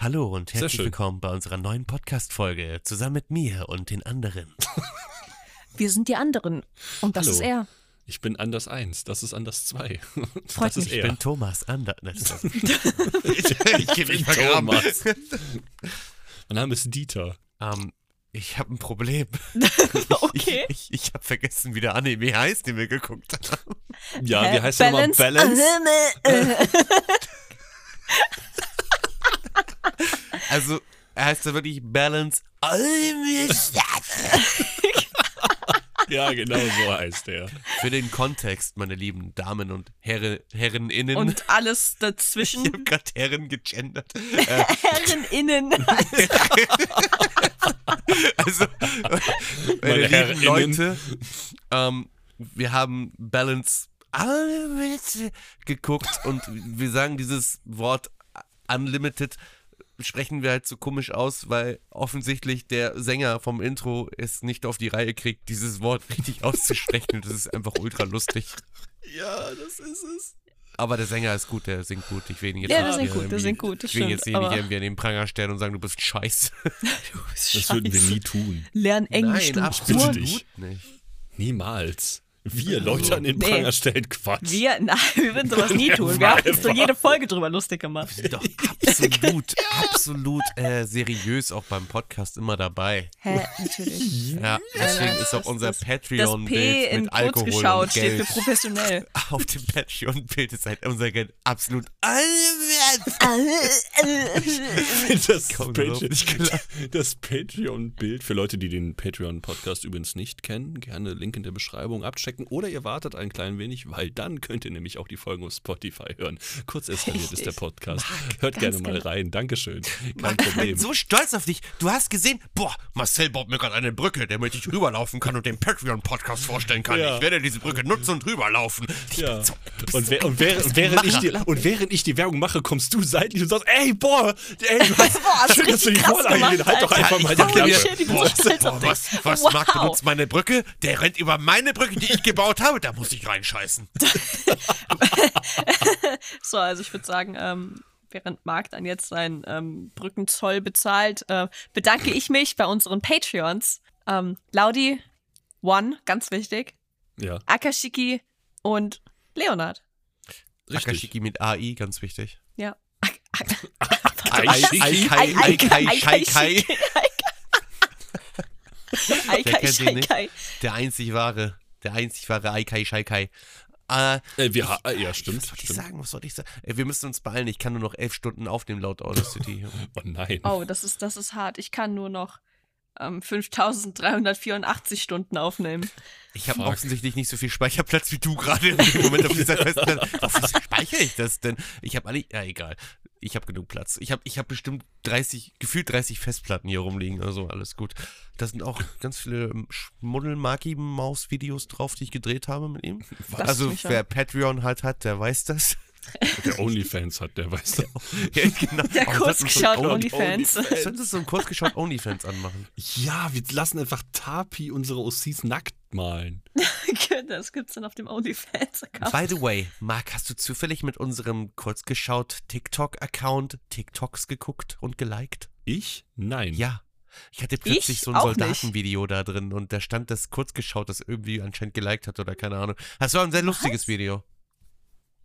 Hallo und Sehr herzlich schön. willkommen bei unserer neuen Podcast-Folge zusammen mit mir und den anderen. Wir sind die anderen. Und das Hallo. ist er. Ich bin anders eins, das ist anders zwei. Freut das ist mich. Ich er. bin Thomas Ander. Nein, das ist- ich gebe mich vergraben. Thomas. mein Name ist Dieter. Ähm, ich habe ein Problem. Okay. Ich, ich, ich habe vergessen, wie der Anime heißt, den wir geguckt haben. Ja, Hä? wir heißen Balance? Äh, ne, immer Balance. Äh, Also, er heißt ja wirklich Balance. Für Ja, genau so heißt er. den Kontext, meine lieben Damen und Herren, Herreninnen. äh, Und alles ich habe dazwischen. gerade Herren gegendert. Herreninnen. Also, meine lieben Herrinnen. Leute, ähm, wir haben Balance Unlimited geguckt und wir sagen dieses Wort Unlimited, sprechen wir halt so komisch aus, weil offensichtlich der Sänger vom Intro es nicht auf die Reihe kriegt, dieses Wort richtig auszusprechen und das ist einfach ultra lustig. Ja, das ist es. Aber der Sänger ist gut, der singt gut. Ich will ihn jetzt Ja, nicht der singt hier gut, der irgendwie- singt gut, das Ich will ihn stimmt, jetzt hier nicht aber- irgendwie an den Pranger stellen und sagen, du bist scheiße. Das würden wir nie tun. Lern Englisch, Nein, du bitte absolut Hure. dich. nicht. Niemals. Wir Leute an den Nee. Pranger stellen Quatsch. Wir, nein, wir würden sowas nie tun. Wir haben uns doch jede Folge drüber lustig gemacht. sind doch absolut, absolut äh, seriös auch beim Podcast immer dabei. Hä, natürlich. Ja, deswegen ist auch unser Das P Patreon-Bild in mit kurz Alkohol geschaut und steht Geld. für professionell. Auf dem Patreon-Bild ist halt unser Geld absolut allwärts. Das Komm überhaupt Patreon- nicht klar. das Patreon-Bild für Leute, die den Patreon-Podcast übrigens nicht kennen, gerne Link in der Beschreibung abchecken oder ihr wartet ein klein wenig, weil dann könnt ihr nämlich auch die Folgen auf Spotify hören. Kurz eskaliert ist der Podcast. Hört gerne mal genau. rein. Dankeschön. Kein Mann, ich bin Problem. so stolz auf dich. Du hast gesehen, boah, Marcel baut mir gerade eine Brücke, damit ich rüberlaufen kann und den Patreon-Podcast vorstellen kann. Ja. Ich werde diese Brücke nutzen und rüberlaufen. Ich Ja. bin so- du bist Und, so wer, ein und, während- krasser während ich Macher. die, und während ich die Werbung mache, kommst du seitlich und sagst, ey, boah, ey, du hast, Boah, hast schön, dass du richtig die krass Vorlage gemacht, gegeben hast. halt doch Alter. einfach Ich mal die dachte Holy mir, Klappe. shit, die boah, sind stolz auf boah, dich. was, was Wow. Marc benutzt meine Brücke? Der rennt über meine Brücke, die ich gebaut habe. Da muss ich reinscheißen. So, also ich würde sagen, ähm, während Marc dann jetzt seinen ähm, Brückenzoll bezahlt, äh, bedanke ich mich bei unseren Patreons. Ähm, Laudi, One, ganz wichtig, Ja, Akashiki und Leonard. richtig. Akashiki mit AI, ganz wichtig. Ja. Aikashiki? Aikai, Aikai, Shaikai. Wer kennt ihn nicht? Aikashiki. Der einzig wahre, der einzig wahre Aikai, Shaikai. Äh, Äh, wir, ha- ja, stimmt. was soll ich stimmt. sagen? Was soll ich sagen? Äh, Wir müssen uns beeilen. Ich kann nur noch elf Stunden aufnehmen laut Audacity. Oh nein. Oh, das ist, das ist hart. Ich kann nur noch ähm, 5384 Stunden aufnehmen. Ich habe Fuck. offensichtlich nicht so viel Speicherplatz wie du gerade in dem Moment auf dieser Festplatte. Wofür speichere ich das denn? Ich habe alle, ja egal. Ich habe genug Platz. Ich habe ich hab bestimmt 30, gefühlt 30 Festplatten hier rumliegen, also alles gut. Da sind auch ganz viele Schmuddel-Maki-Maus-Videos drauf, die ich gedreht habe mit ihm. Das also mich wer Patreon halt hat, der weiß das. Der Onlyfans hat, der weiß das. ja, genau. Der Aber kurz sollten wir so ein geschaut Only- Onlyfans. Sollten wir so einen kurz geschaut Onlyfans anmachen? Ja, wir lassen einfach Tapi unsere OCs nackt malen. Das gibt's dann auf dem OnlyFans-Account. By the way, Marc, hast du zufällig mit unserem kurzgeschaut TikTok-Account TikToks geguckt und geliked? Ich? Nein. Ja. Ich hatte plötzlich so ein auch nicht. Soldatenvideo da drin und da stand das kurzgeschaut, das irgendwie anscheinend geliked hat oder keine Ahnung. Das war ein sehr lustiges Video.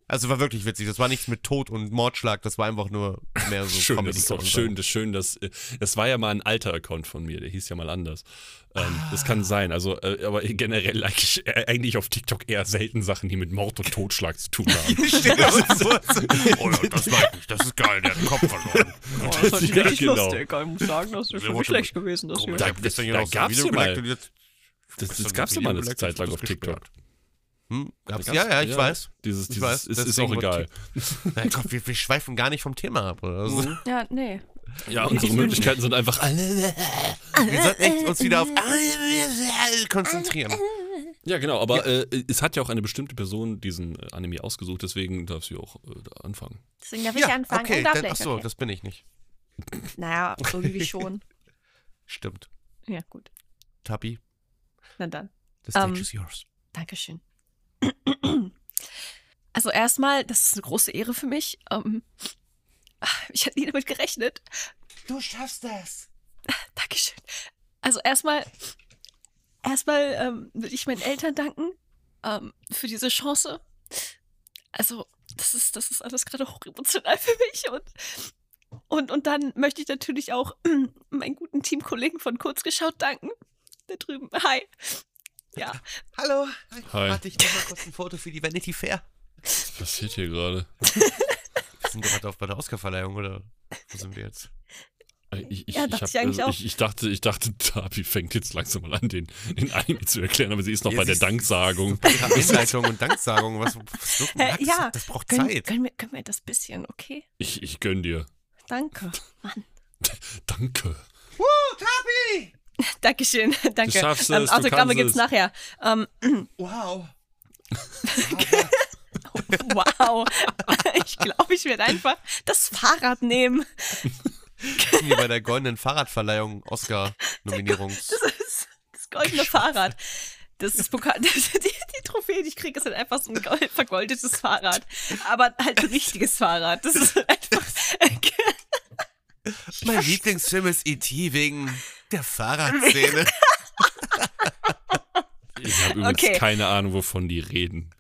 Also war wirklich witzig. Das war nichts mit Tod und Mordschlag, das war einfach nur mehr so Schön, Comedy. das ist kann doch man schön, sagen. das schön, dass äh, das war ja mal ein alter Account von mir, der hieß ja mal anders. Ähm, Das Ah. kann sein, also äh, aber generell like ich, äh, eigentlich auf TikTok eher selten Sachen, die mit Mord und Totschlag zu tun haben. Steht da so- oh, ja, das mag ich, das ist geil, der hat den Kopf verloren. Oh, das war nicht Ja, richtig genau. lustig. Ich muss sagen, das ist schon Warte nicht mal. schlecht gewesen. Das hier. Da- da gab's ja mal- Das, Ist das dann gab es Video ja mal eine gelöscht, Zeit lang ist auf TikTok. gesperrt. Hm, gab's, Da ja, gab's- ja, ich weiß. Dieses, Ich dieses, weiß, Es ist deswegen auch egal. wird Na Gott, wir, wir schweifen gar nicht vom Thema ab. Oder? so. Mhm. Ja, nee. Ja, unsere Möglichkeiten sind einfach alle. wir sollten echt uns wieder auf konzentrieren. Äh, Ja, genau, aber Äh, es hat ja auch eine bestimmte Person diesen äh, Anime ausgesucht, deswegen darf sie auch äh, da anfangen. Deswegen darf Ja, okay, dann, ach so, das bin ich nicht. Naja, irgendwie schon. Stimmt. Ja, gut. Tabi, Na dann. the stage Ähm, is yours. Dankeschön. Also erstmal, das ist eine große Ehre für mich, ähm, Ich hätte nie damit gerechnet. Du schaffst das. Dankeschön. Also erstmal, erstmal ähm, würde ich meinen Eltern danken ähm, für diese Chance. Also das ist, das ist alles gerade hochemotional für mich und, und, und dann möchte ich natürlich auch meinen guten Teamkollegen von Kurzgeschaut danken. Da drüben. Hi. Ja. Hallo. Hi. Warte, ich mach mal kurz ein Foto für die Vanity Fair. Was passiert hier gerade? Wir sind gerade auf bei der Oscarverleihung, oder? Wo sind wir jetzt? Äh, Ich, ich, Ja, ich, dachte hab, ich eigentlich also, auch. ich, ich dachte, ich dachte, Tabi fängt jetzt langsam mal an, den, den Anime zu erklären, aber sie ist noch Ja, bei sie der ist- Danksagung. Ihre Einleitung und Danksagung. Was, was du Äh, merkst, ja. das braucht Gönn, Zeit. gönn, mir, gönn mir das bisschen, okay? Ich, ich gönn dir. Danke. Mann. Danke. Woo, Tapi! Dankeschön. Danke. Ähm, schaffst es, du kannst Autogramme gibt's es. nachher. Ähm, Wow. wow. ich glaube, ich werde einfach das Fahrrad nehmen. sind wir bei der goldenen Fahrradverleihung Oscar-Nominierungs. Das ist das goldene Fahrrad. Das ist Pokal. Das, die, die Trophäe, die ich kriege, ist halt einfach so ein gold, vergoldetes Fahrrad. Aber halt ein richtiges Fahrrad. Das ist einfach. Mein Lieblingsfilm ist E.T. wegen der Fahrradszene. Ich habe übrigens Okay. keine Ahnung, wovon die reden.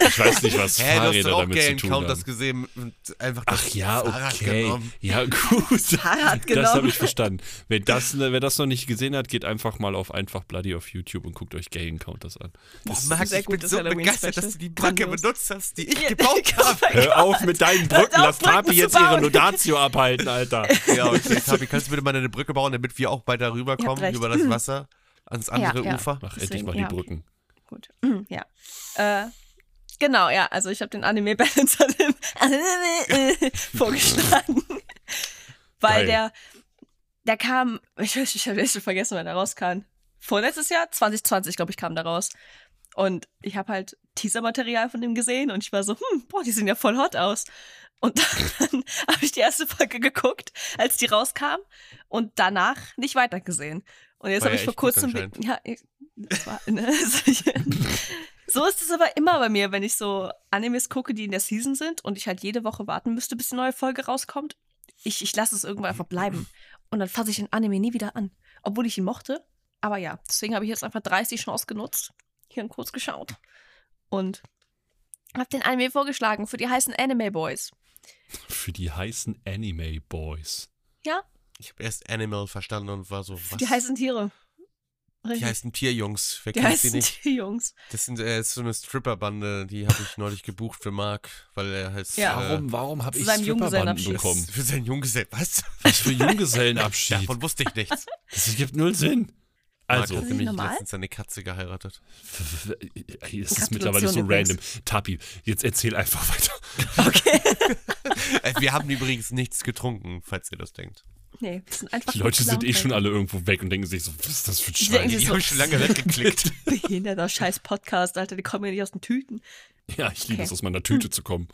Ich weiß nicht, was Hä, du hast Fahrräder doch auch damit Gay zu tun haben. Encounters gesehen und einfach das Ach ja, Fahrrad okay. genommen. Ja, gut. Fahrrad Das genommen. habe ich verstanden. Wer das, wer das noch nicht gesehen hat, geht einfach mal auf einfach Bloody auf YouTube und guckt euch Gay Encounters an. Boah, Max, sehr Oh ich bin gutes so Halloween-Special. begeistert, dass du die Brücke Grandios. benutzt hast, die ich gebaut habe. Hör auf mit deinen Brücken, auf, lass Tapi Brücken zu jetzt ihre bauen. Laudatio abhalten, Alter. Ja, okay, Tabi, kannst du bitte mal eine Brücke bauen, damit wir auch beide Ihr habt rüberkommen recht. Hm. über das Wasser ans andere ja. Ufer? Mach endlich Deswegen, mal die ja, okay. Brücken. Gut, ja. Äh, genau, ja, also ich habe den Anime Balance Anime, äh, vorgeschlagen. Geil. Weil der, der kam, ich, weiß- ich habe jetzt schon vergessen, wann er rauskam. Vorletztes Jahr, 2020, glaube ich, kam der raus. Und ich habe halt Teaser-Material von dem gesehen und ich war so, hm, boah, die sehen ja voll hot aus. Und dann habe ich die erste Folge geguckt, als die rauskam und danach nicht weitergesehen. Und jetzt War habe ja ich vor echt gut kurzem. Ja, ich- das war, ne, so ist es aber immer bei mir, wenn ich so Animes gucke, die in der Season sind und ich halt jede Woche warten müsste, bis die neue Folge rauskommt. Ich, ich lasse es irgendwann einfach bleiben. Und dann fasse ich den Anime nie wieder an. Obwohl ich ihn mochte. Aber ja, deswegen habe ich jetzt einfach 30 Chance genutzt. Hier und kurz geschaut. Und habe den Anime vorgeschlagen für die heißen Anime Boys. Für die heißen Anime Boys. Ich habe erst Animal verstanden und war so, was? Die heißen Tiere. die Richtig. heißen Tierjungs, wer Die kennt sie heißen nicht? Tierjungs. Das sind äh, ist so eine Stripperbande, die habe ich neulich gebucht für Marc, weil er heißt. Ja. Äh, Warum, warum habe Zu ich seinem Stripperbanden das- Junggesellenabschied. bekommen? Für sein Junggesell. Was? Was für Junggesellenabschied? Davon wusste ich nichts. Das ergibt null Sinn. Marc Also, hat Ist das nämlich normal? letztens seine Katze geheiratet. ey, äh, es ist mittlerweile so übrigens. random. Tapi, jetzt erzähl einfach weiter. Äh, Wir haben übrigens nichts getrunken, falls ihr das denkt. Nee, das sind einfach Die Leute sind eh schon Clownwelt. alle irgendwo weg und denken sich so, was ist das für ein Die denken Scheiß? sich Die so- habe ich schon lange weggeklickt. Behinderter scheiß Podcast, Alter, die kommen ja nicht aus den Tüten. Ja, ich liebe Okay. es, aus meiner Tüte zu kommen.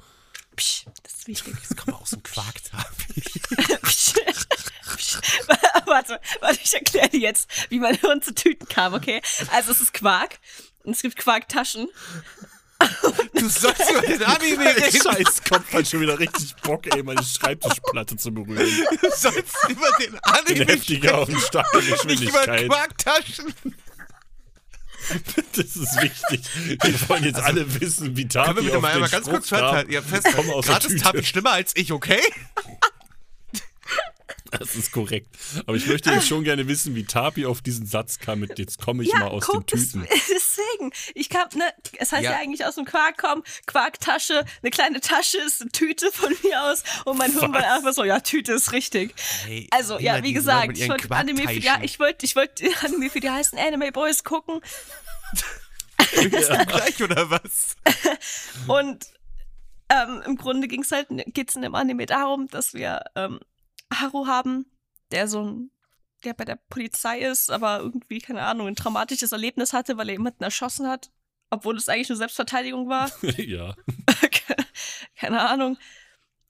Psch, das ist wichtig. Das kommt aus dem Quark, Tabi. Psch, psch. warte, warte, ich erkläre dir jetzt, wie mein Hirn zu Tüten kam, okay? Also es ist Quark und es gibt Quarktaschen. Du sollst über den Anime reden. Scheiß Kopf hat schon wieder richtig Bock, ey, meine Schreibtischplatte zu berühren. Du sollst über den Anime Heftiger auf eine starke sprechen, nicht über Geschwindigkeit. Quarktaschen. Das ist wichtig. Wir wollen jetzt alle wissen, wie Tapi Können wir bitte auf mal den einmal ganz Spruch kurz festhalten? kam. Ja, Komm festhalten. aus der Gerade ist Tüte. Tabi schlimmer als ich, okay? Das ist korrekt. Aber ich möchte jetzt schon gerne wissen, wie Tapi auf diesen Satz kam mit jetzt komme ich mal aus den guck, Tüten. Das, deswegen. Ich kam, ne, es heißt ja. Ja. eigentlich aus dem Quark kommen, Quarktasche, eine kleine Tasche ist eine Tüte von mir aus und mein Hirn war einfach so, ja, Tüte ist richtig. Hey, Also, ja, immer wie diese Leute gesagt, mit ich ihren wollte Anime für die, Quarkteilchen. ich wollte, ich wollte Anime für die heißen Anime Boys gucken Du gleich oder was? Und ähm, im Grunde ging's halt, geht's in dem Anime darum, dass wir ähm, Haru haben, der so ein, der bei der Polizei ist, aber irgendwie, keine Ahnung, ein traumatisches Erlebnis hatte, weil er jemanden erschossen hat, obwohl es eigentlich nur Selbstverteidigung war. ja. keine Ahnung.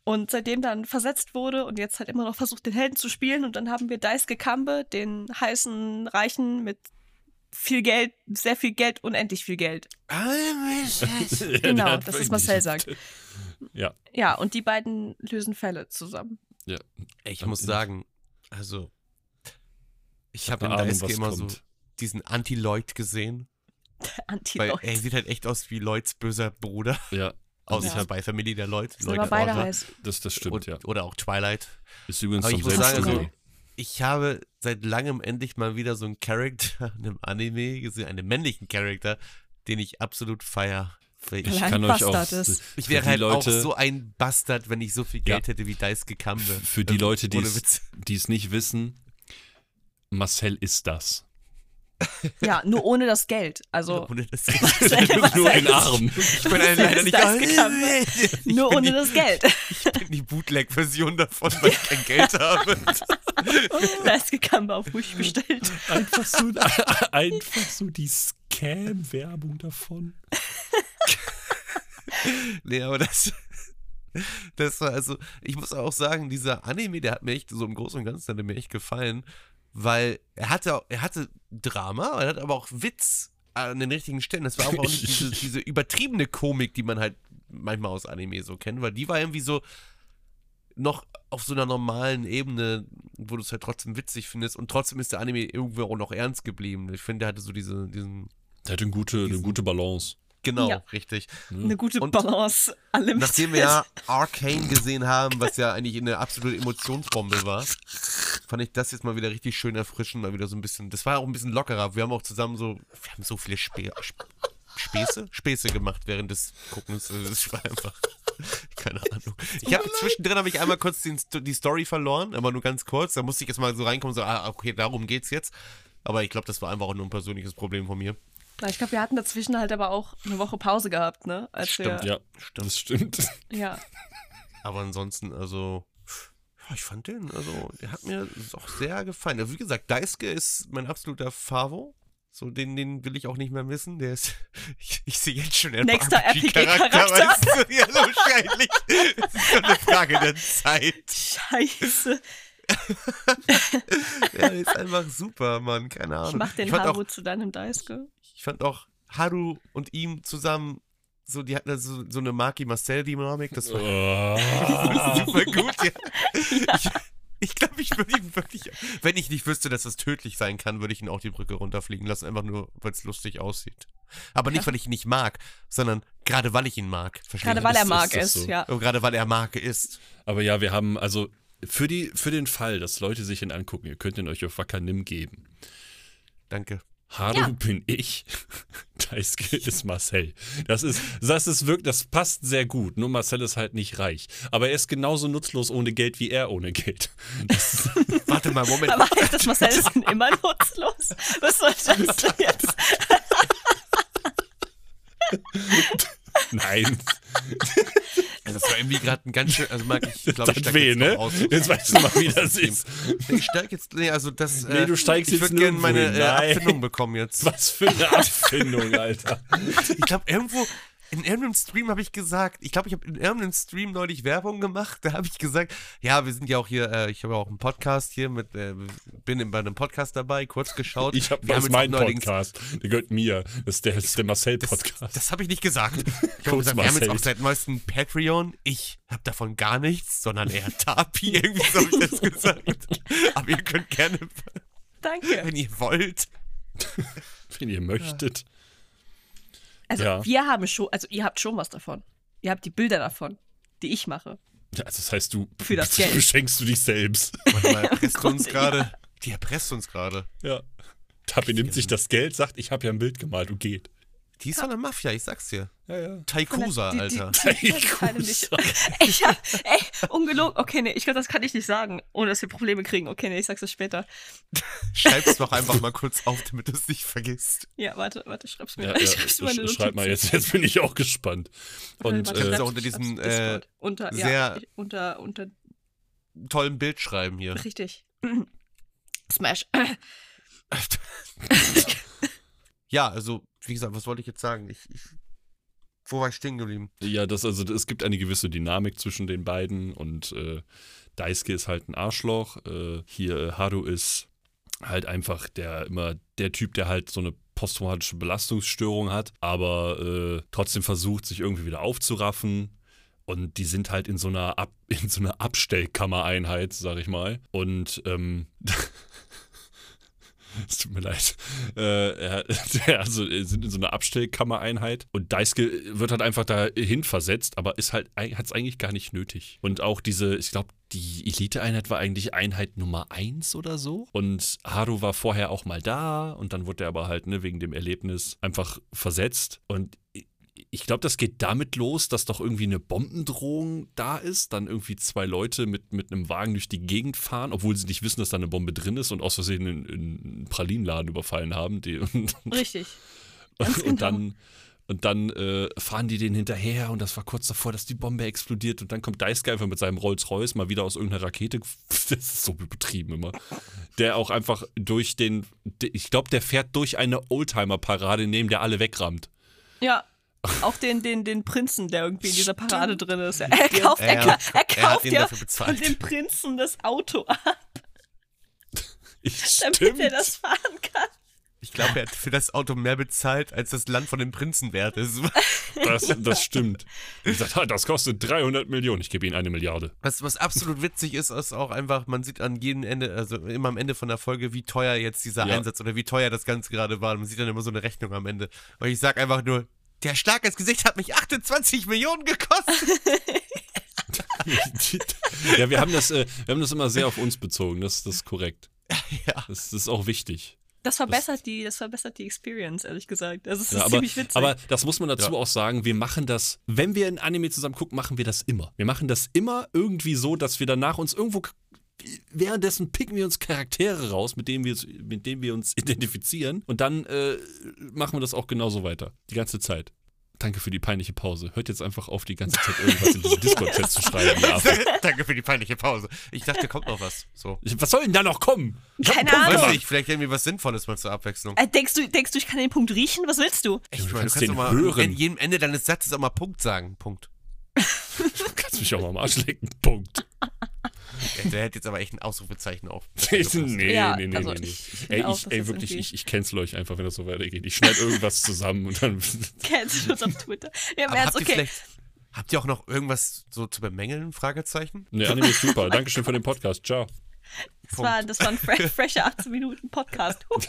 Und seitdem dann versetzt wurde und jetzt halt immer noch versucht, den Helden zu spielen. Und dann haben wir Daisuke Kambe, den heißen Reichen mit viel Geld, sehr viel Geld, unendlich viel Geld. Almisches. Genau, Der hat das ist wirklich- Marcel sagt. Ja. Ja, und die beiden lösen Fälle zusammen. ja. Ich Dann muss ist- sagen, also, ich habe in Eine der Ahnung, SG was immer so kommt. diesen Anti-Lloyd gesehen. Weil er Anti-Leute. sieht halt echt aus wie Lloyds böser Bruder. Ja, also Aus Ja. bei Family der Lloyd. Sind aber Lloyd beide Orville. heiß. das, das stimmt, Und, ja. Oder auch Twilight. Ist übrigens Aber zum ich muss selben sagen, also- Stil. Ich habe seit langem endlich mal wieder so einen Charakter in einem Anime gesehen, einen männlichen Charakter, den ich absolut feier. Weil ich Ich, Allein kann euch auch, also Bastard ist. für ich wäre die halt Leute, auch so ein Bastard, wenn ich so viel Geld hätte wie Daisuke Kambe. Für die Also, Leute, die ohne es Witz. die es nicht wissen, Marcel ist das. Ja, nur ohne das Geld. Also Ohne das Nur in ist- Arm. Ich bin ein- leider nicht Daisuke Kambe. Ich nur bin ohne die, das Geld. Ich bin die Bootleg-Version davon, weil ich kein Geld habe. da ist Gekamba auf Wish bestellt. Einfach so, einfach so die Scam-Werbung davon. Nee, aber das. Das war also, ich muss auch sagen, dieser Anime, der hat mir echt so im Großen und Ganzen, hat er mir echt gefallen, weil er hatte, auch- er hatte Drama, er hat aber auch Witz an den richtigen Stellen. Das war auch, auch nicht diese, diese übertriebene Komik, die man halt manchmal aus Anime so kennt, weil die war irgendwie so noch auf so einer normalen Ebene, wo du es halt trotzdem witzig findest und trotzdem ist der Anime irgendwo auch noch ernst geblieben. Ich finde, der hatte so diese, diesen, Der hat eine gute, eine Diesen- gute Balance. genau, Ja. richtig. Eine gute Und Balance. Alle Nachdem wir ja Arcane gesehen haben, was ja eigentlich eine absolute Emotionsbombe war, fand ich das jetzt mal wieder richtig schön erfrischend, mal wieder so ein bisschen. Das war auch ein bisschen lockerer. Wir haben auch zusammen so, wir haben so viele Spä Sp- Späße, Späße gemacht während des Guckens. Also Das war einfach keine Ahnung. Ich habe zwischendrin habe ich einmal kurz den, Sto- die Story verloren, aber nur ganz kurz. Da musste ich jetzt mal so reinkommen, so ah okay, darum geht's jetzt. Aber ich glaube, das war einfach auch nur ein persönliches Problem von mir. Na, ich glaube, wir hatten dazwischen halt aber auch eine Woche Pause gehabt, ne? Als Stimmt, wir, Ja, das stimmt. ja. Aber ansonsten, also, ja, ich fand den, also, der hat mir auch sehr gefallen. Also, wie gesagt, Daisuke ist mein absoluter Favo. So, den, den will ich auch nicht mehr missen. Der ist, ich, ich sehe jetzt schon einen Nächster RPG-Charakter. Weißt du? Ja, wahrscheinlich. Es ist schon eine Frage der Zeit. Scheiße. Ja, der ist einfach super, Mann. Keine Ahnung. Ich mach den fand auch, Haru zu deinem Daisuke. ich fand auch Haru und ihm zusammen, so, die hatten da so, so eine Maki-Marcel-Dynamik. Das war Ah. super gut, ja. Ich, ich glaube, ich würde ihn wirklich, wenn ich nicht wüsste, dass das tödlich sein kann, würde ich ihn auch die Brücke runterfliegen lassen, einfach nur, weil es lustig aussieht. Aber nicht, weil ich ihn nicht mag, sondern gerade weil ich ihn mag. Verstehst Gerade du? weil er ist- mag ist das es, so? ja. Und Gerade weil er Marke ist. Aber ja, wir haben also für, die, für den Fall, dass Leute sich ihn angucken, ihr könnt ihn euch auf Wacker Nimm geben. Danke. Haru Ja. bin ich, Daisuke ist Marcel. Das ist, das ist wirklich, das passt sehr gut. Nur Marcel ist halt nicht reich. Aber er ist genauso nutzlos ohne Geld wie er ohne Geld. Warte mal, Moment. Aber heißt das, Marcel ist denn immer nutzlos? Was soll das denn jetzt? Nein, Also das war irgendwie gerade ein ganz schön, also mag ich, ich glaube, das ich hat steige weh, jetzt ne? mal aus. Jetzt weißt du mal, wie das ist. Ich steig jetzt, nee, also das, Nee, du steigst ich jetzt würde gerne nirgendwo meine hin. äh, Nein. Abfindung bekommen jetzt. Was für eine Abfindung, Alter. Ich glaube, irgendwo, in irgendeinem Stream habe ich gesagt, ich glaube, ich habe in irgendeinem Stream neulich Werbung gemacht, da habe ich gesagt, ja, wir sind ja auch hier, äh, ich habe ja auch einen Podcast hier mit, äh, bin in- bei einem Podcast dabei, kurz geschaut. Ich habe Wir das haben ist jetzt mein auch neulich- Podcast. Der gehört mir. Das ist der, das ist der Marcel-Podcast. Das habe ich nicht gesagt. Ich habe Kurz gesagt, wir haben jetzt Marcel. auch seit neuestem Patreon. Ich habe davon gar nichts, sondern eher Tapi, irgendwie so habe ich das gesagt. Aber ihr könnt gerne, Danke. wenn ihr wollt. Wenn ihr möchtet. Also Ja. wir haben schon, also ihr habt schon was davon. Ihr habt die Bilder davon, die ich mache. Ja, also das heißt, du Für das Geld. beschenkst du dich selbst. Warte mal, erpresst Grunde, uns gerade. Die erpresst uns gerade. Ja. Tapi nimmt sich das Geld, sagt, ich habe ja ein Bild gemalt und geht. Die ist von der Mafia, ich sag's dir. Ja, ja. Taikusa, Die- die- Alter. die- die- keine nicht. Ich hab, ey, ungelogen. Okay, nee, ich glaube, das kann ich nicht sagen, ohne dass wir Probleme kriegen. Okay, nee, ich sag's dir später. Schreib's doch einfach mal kurz auf, damit du es nicht vergisst. Ja, warte, warte, schreib's mir. Ja, ja. Ich schreib's mir meine Sch- Schreib mal Notizen. jetzt, jetzt bin ich auch gespannt. Und Warte, äh, Kannst schreib's- du auch unter diesem, schreib's äh, Discord. unter, ja, sehr- ich- unter, unter, Tollen Bild schreiben hier. richtig. Smash. ja, also, wie gesagt, was wollte ich jetzt sagen? Ich, ich, wo war ich stehen geblieben? ja, das, also es gibt eine gewisse Dynamik zwischen den beiden und äh, Daisuke ist halt ein Arschloch. Äh, hier äh, Haru ist halt einfach der immer der Typ, der halt so eine posttraumatische Belastungsstörung hat, aber äh, trotzdem versucht, sich irgendwie wieder aufzuraffen. Und die sind halt in so einer, Ab in so einer Abstellkammereinheit, sag ich mal. Und ähm, es tut mir leid. Äh, er- der- also äh, sind in so einer Abstellkammereinheit. Und Deiske wird halt einfach dahin versetzt, aber ist halt, hat es eigentlich gar nicht nötig. Und auch diese, ich glaube, die Elite-Einheit war eigentlich Einheit Nummer 1 oder so. Und Haru war vorher auch mal da und dann wurde er aber halt, ne, wegen dem Erlebnis einfach versetzt. Und ich glaube, das geht damit los, dass doch irgendwie eine Bombendrohung da ist, dann irgendwie zwei Leute mit, mit einem Wagen durch die Gegend fahren, obwohl sie nicht wissen, dass da eine Bombe drin ist und aus Versehen einen, einen Pralinenladen überfallen haben. Die, und, Richtig. Ganz genau. und dann, und dann äh, fahren die den hinterher und das war kurz davor, dass die Bombe explodiert und dann kommt Dice einfach mit seinem Rolls-Royce mal wieder aus irgendeiner Rakete. Das ist so betrieben immer. Der auch einfach durch den, ich glaube, der fährt durch eine Oldtimer-Parade, neben der alle wegrammt. Ja. Auch den, den, den Prinzen, der irgendwie in dieser Parade drin ist. Er kauft, er, Er- ka- er er hat kauft ihn ja dafür bezahlt. von dem Prinzen das Auto ab, Ich, damit er stimmt. das fahren kann. Ich glaube, er hat für das Auto mehr bezahlt, als das Land von dem Prinzen wert ist. Das, das stimmt. Ich sag, "Ah, das kostet 300 Millionen. Ich gebe Ihnen eine Milliarde. Was, was absolut witzig ist, ist auch einfach, man sieht an jedem Ende, also immer am Ende von der Folge, wie teuer jetzt dieser Ja. Einsatz oder wie teuer das Ganze gerade war. Man sieht dann immer so eine Rechnung am Ende. Und ich sag einfach nur, der Schlag ins Gesicht hat mich 28 Millionen gekostet. Ja, wir haben das, äh, wir haben das immer sehr auf uns bezogen. Das, das ist korrekt. ja. Das, das ist auch wichtig. Das verbessert die, das verbessert die Experience, ehrlich gesagt. Also es ist Ja, aber, ziemlich witzig. aber das muss man dazu Ja. auch sagen. Wir machen das, wenn wir ein Anime zusammen gucken, machen wir das immer. Wir machen das immer irgendwie so, dass wir danach uns irgendwo. Währenddessen picken wir uns Charaktere raus, mit denen wir, mit denen wir uns identifizieren. Und dann äh, machen wir das auch genauso weiter. Die ganze Zeit. Danke für die peinliche Pause. Hört jetzt einfach auf, die ganze Zeit irgendwas in diesen Discord-Chat zu schreiben. ihr Affen. Danke für die peinliche Pause. Ich dachte, kommt noch was. So. Was soll denn da noch kommen? Keine Komm, Weiß Ahnung. nicht, vielleicht irgendwie was Sinnvolles mal zur Abwechslung. Äh, denkst, du, denkst du, ich kann den Punkt riechen? Was willst du? Echt, du mal, kannst den doch mal hören. an jedem Ende deines Satzes auch mal Punkt sagen. Punkt. Du kannst mich auch mal am Arsch lecken. Punkt. Der, der hätte jetzt aber echt ein Ausrufezeichen auf. nee, nee, Ja, nee, nee, also nee. ich- ich finde ey, auch, ich, dass ey das wirklich, irgendwie- ich, ich cancel euch einfach, wenn das so weitergeht. Ich schneide irgendwas zusammen und dann. Cancel uns auf Twitter. Ja, im Aber Ernst, habt, ihr okay. vielleicht, habt ihr auch noch irgendwas so zu bemängeln? Fragezeichen? Nee, Anime ist super. Dankeschön für den Podcast. Ciao. Das war, das war ein fre fresher 18 Minuten Podcast. Huh.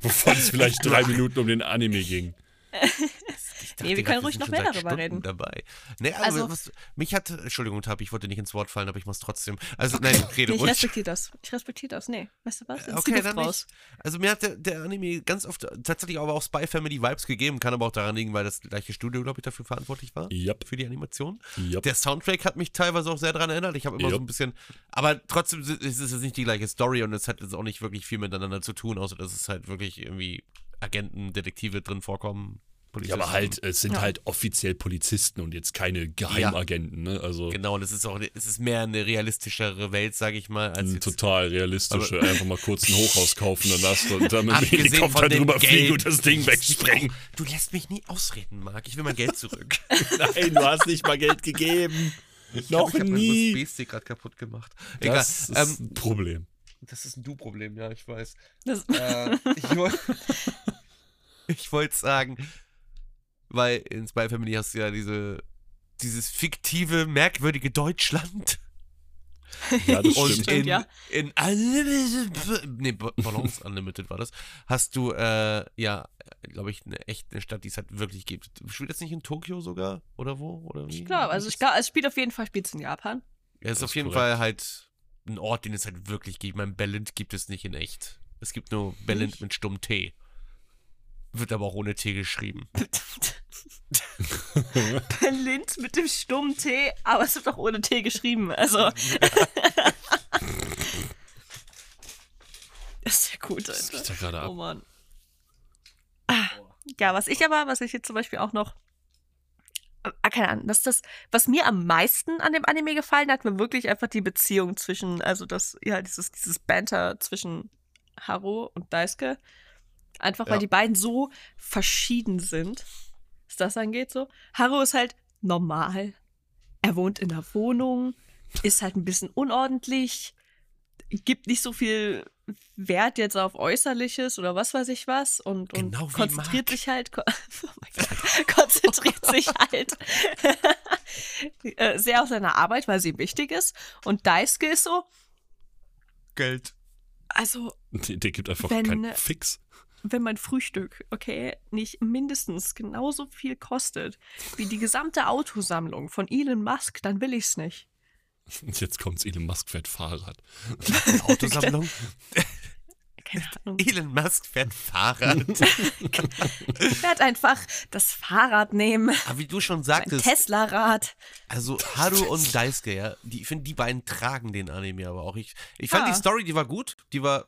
Wovon es vielleicht drei Minuten um den Anime ging. Ich dachte Nee, wir gerade, können ruhig sind noch schon mehr seit darüber Stunden reden. Dabei. Nee, aber Also- was, mich hat, Entschuldigung, Tab, ich wollte nicht ins Wort fallen, aber ich mach's trotzdem. Also, nein, rede Nee, ich ruhig. respektiere das. Ich respektiere das. Nee, weißt du was? Jetzt ist die Okay, Luft dann raus. nicht. Also mir hat der, der Anime ganz oft tatsächlich aber auch Spy Family Vibes gegeben, kann aber auch daran liegen, weil das gleiche Studio, glaube ich, dafür verantwortlich war. Yep. Für die Animation. Yep. Der Soundtrack hat mich teilweise auch sehr daran erinnert. Ich habe immer Ja. so ein bisschen. Aber trotzdem ist es ist es nicht die gleiche Story und es hat jetzt auch nicht wirklich viel miteinander zu tun, außer dass es halt wirklich irgendwie Agenten, Detektive drin vorkommen. Ja, aber Polizisten. halt, es sind Ja. halt offiziell Polizisten und jetzt keine Geheimagenten, ne? Also Genau, und es ist auch es ist mehr eine realistischere Welt, sage ich mal, als eine jetzt, total realistische, einfach mal kurz ein Hochhaus kaufen, dann darfst du und dann mit dem Abgesehen Helikopter von dem drüber fliegen Geld. und das Ding wegsprengen. Du lässt mich nie ausreden, Marc. Ich will mein Geld zurück. Nein, du hast nicht mal Geld gegeben. Noch ich habe meinen nie. USB-Stick gerade kaputt gemacht. Egal. Das ist ähm, ein Problem. das ist ein Du-Problem, ja, ich weiß. Das, Äh, ich wollte sagen, weil in Spy Family hast du ja diese, dieses fiktive, merkwürdige Deutschland. Ja, das Und stimmt. Stimmt, in, ja. in Unlimited, nee, Ba- Balance Unlimited war das, hast du, äh, ja, glaube ich, eine echt eine Stadt, die es halt wirklich gibt. Spielt das nicht in Tokio sogar? Oder wo? Oder wie? ich glaube, also ich glaube, es spielt auf jeden Fall spielt's in Japan. Ja, es ist Das ist auf jeden korrekt. Fall halt ein Ort, den es halt wirklich gibt. Ich meine, Bellind gibt es nicht in echt. Es gibt nur Bellind Nicht? mit stumm T. Wird aber auch ohne T geschrieben. Lind mit dem stummen T, aber es wird auch ohne T geschrieben. Also. das ist ja gut, Das Alter. geht ja gerade Oh ab. Mann. Ah, ja, was ich aber, was ich jetzt zum Beispiel auch noch. Ah, keine Ahnung, was das, was mir am meisten an dem Anime gefallen hat, war wirklich einfach die Beziehung zwischen, also das, ja, dieses, dieses Banter zwischen Haru und Daisuke. Einfach weil Ja. die beiden so verschieden sind, was das angeht so. Haru ist halt normal. Er wohnt in der Wohnung, ist halt ein bisschen unordentlich, gibt nicht so viel Wert jetzt auf Äußerliches oder was weiß ich was und, und Genau wie Marc. konzentriert sich halt, ko- oh mein Gott, konzentriert sich halt äh, sehr auf seine Arbeit, weil sie ihm wichtig ist. Und Daisuke ist so, Geld. also Der, der gibt einfach Wenn- keinen Fix. wenn mein Frühstück, okay, nicht mindestens genauso viel kostet wie die gesamte Autosammlung von Elon Musk, dann will ich's nicht. Jetzt kommt's, Elon Musk fährt Fahrrad. Autosammlung. Keine Ahnung. Elon Musk fährt Fahrrad. Ich werde einfach das Fahrrad nehmen, Aber wie du schon mein sagtest, Tesla-Rad. also Haru und Daisuke, ja, die, ich finde, die beiden tragen den Anime aber auch. Ich, ich fand Ah. die Story, die war gut, die war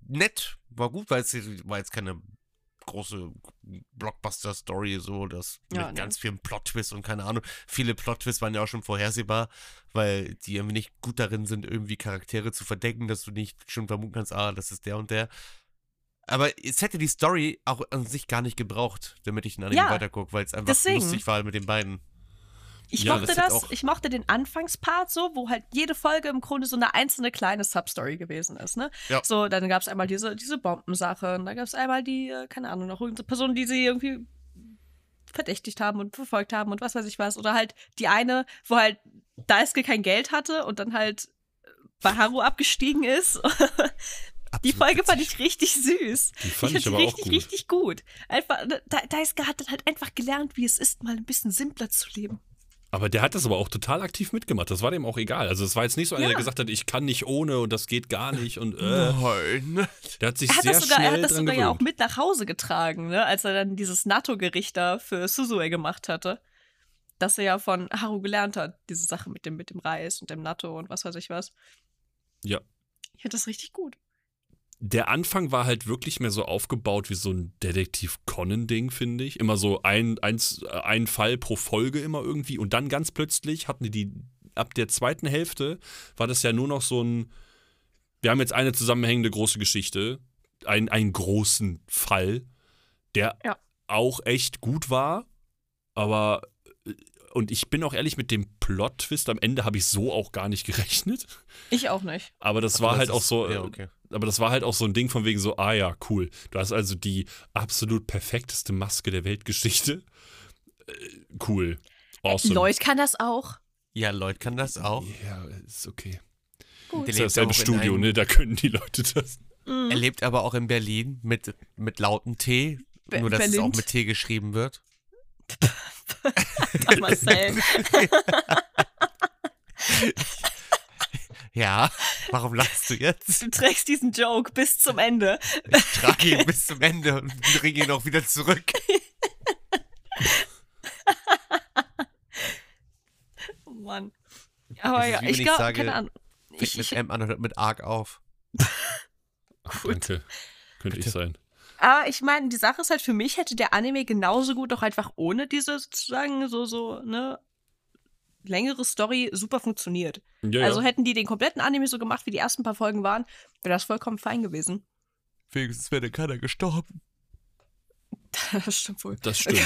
nett, war gut, weil es war jetzt keine große Blockbuster-Story, so, das Ja, mit ne. ganz vielen Plot-Twists und keine Ahnung. Viele Plot-Twists waren ja auch schon vorhersehbar, weil die irgendwie nicht gut darin sind, irgendwie Charaktere zu verdecken, dass du nicht schon vermuten kannst, ah, das ist der und der. Aber es hätte die Story auch an sich gar nicht gebraucht, damit ich einen Anime Ja, weitergucke, weil es einfach deswegen. lustig war mit den beiden. Ich Ja, mochte das ist das, auch- ich mochte den Anfangspart so, wo halt jede Folge im Grunde so eine einzelne kleine Substory gewesen ist, ne? Ja. So, dann gab es einmal diese, diese Bombensache und dann gab es einmal die, äh, keine Ahnung, noch irgendeine Person, die sie irgendwie verdächtigt haben und verfolgt haben und was weiß ich was. Oder halt die eine, wo halt Daisuke kein Geld hatte und dann halt bei Haru abgestiegen ist. Die Absolut Folge fand witzig. ich richtig süß. Die fand ich die aber auch richtig, gut. richtig gut. Einfach, ne, da, Daisuke hat dann halt einfach gelernt, wie es ist, mal ein bisschen simpler zu leben. Aber der hat das aber auch total aktiv mitgemacht. Das war dem auch egal. Also es war jetzt nicht so einer, Ja. der gesagt hat, ich kann nicht ohne und das geht gar nicht. Und äh, Nein. der hat sich Er hat sehr das sogar, schnell er hat das dran sogar ja auch gewöhnt. mit nach Hause getragen, ne? als er dann dieses NATO-Gericht da für Suzue gemacht hatte. Das er ja von Haru gelernt hat, diese Sache mit dem, mit dem Reis und dem Natto und was weiß ich was. Ja. Ich finde das richtig gut. Der Anfang war halt wirklich mehr so aufgebaut wie so ein Detektiv-Conan-Ding, finde ich. Immer so ein, eins, äh, ein Fall pro Folge immer irgendwie. Und dann ganz plötzlich hatten die, die ab der zweiten Hälfte war das ja nur noch so ein, wir haben jetzt eine zusammenhängende große Geschichte, ein, einen großen Fall, der Ja. auch echt gut war, aber äh, und ich bin auch ehrlich, mit dem Plot-Twist am Ende habe ich so auch gar nicht gerechnet. Ich auch nicht. Aber das war halt auch so, Ja, äh, okay. aber das war halt auch so ein Ding von wegen so, ah ja, cool. Du hast also die absolut perfekteste Maske der Weltgeschichte. Äh, cool. Awesome. Lloyd kann das auch. Ja, Lloyd kann das auch. Ja, ist okay. Gut. Der Ist ja lebt, auch dasselbe in Studio, einem, ne? Da können die Leute das. er lebt aber auch in Berlin mit, mit lautem T. Be- nur, dass es auch Berlin. mit T geschrieben wird. Ach, Marcel. Ja, warum lachst du jetzt? Du trägst diesen Joke bis zum Ende. Ich trage ihn bis zum Ende und bringe ihn auch wieder zurück. Oh Mann. Aber ist ja, wie wenn ich ich glaube, sage, keine Ahnung. Fängt Ich, mit ich, M an und hört mit Arg auf. Ach, danke. Könnte ich sein. Aber ich meine, die Sache ist halt, für mich hätte der Anime genauso gut auch einfach ohne diese sozusagen so, so, ne, längere Story super funktioniert. Ja, ja. Also hätten die den kompletten Anime so gemacht, wie die ersten paar Folgen waren, wäre das vollkommen fein gewesen. Wenigstens wäre keiner gestorben. das stimmt wohl. das stimmt.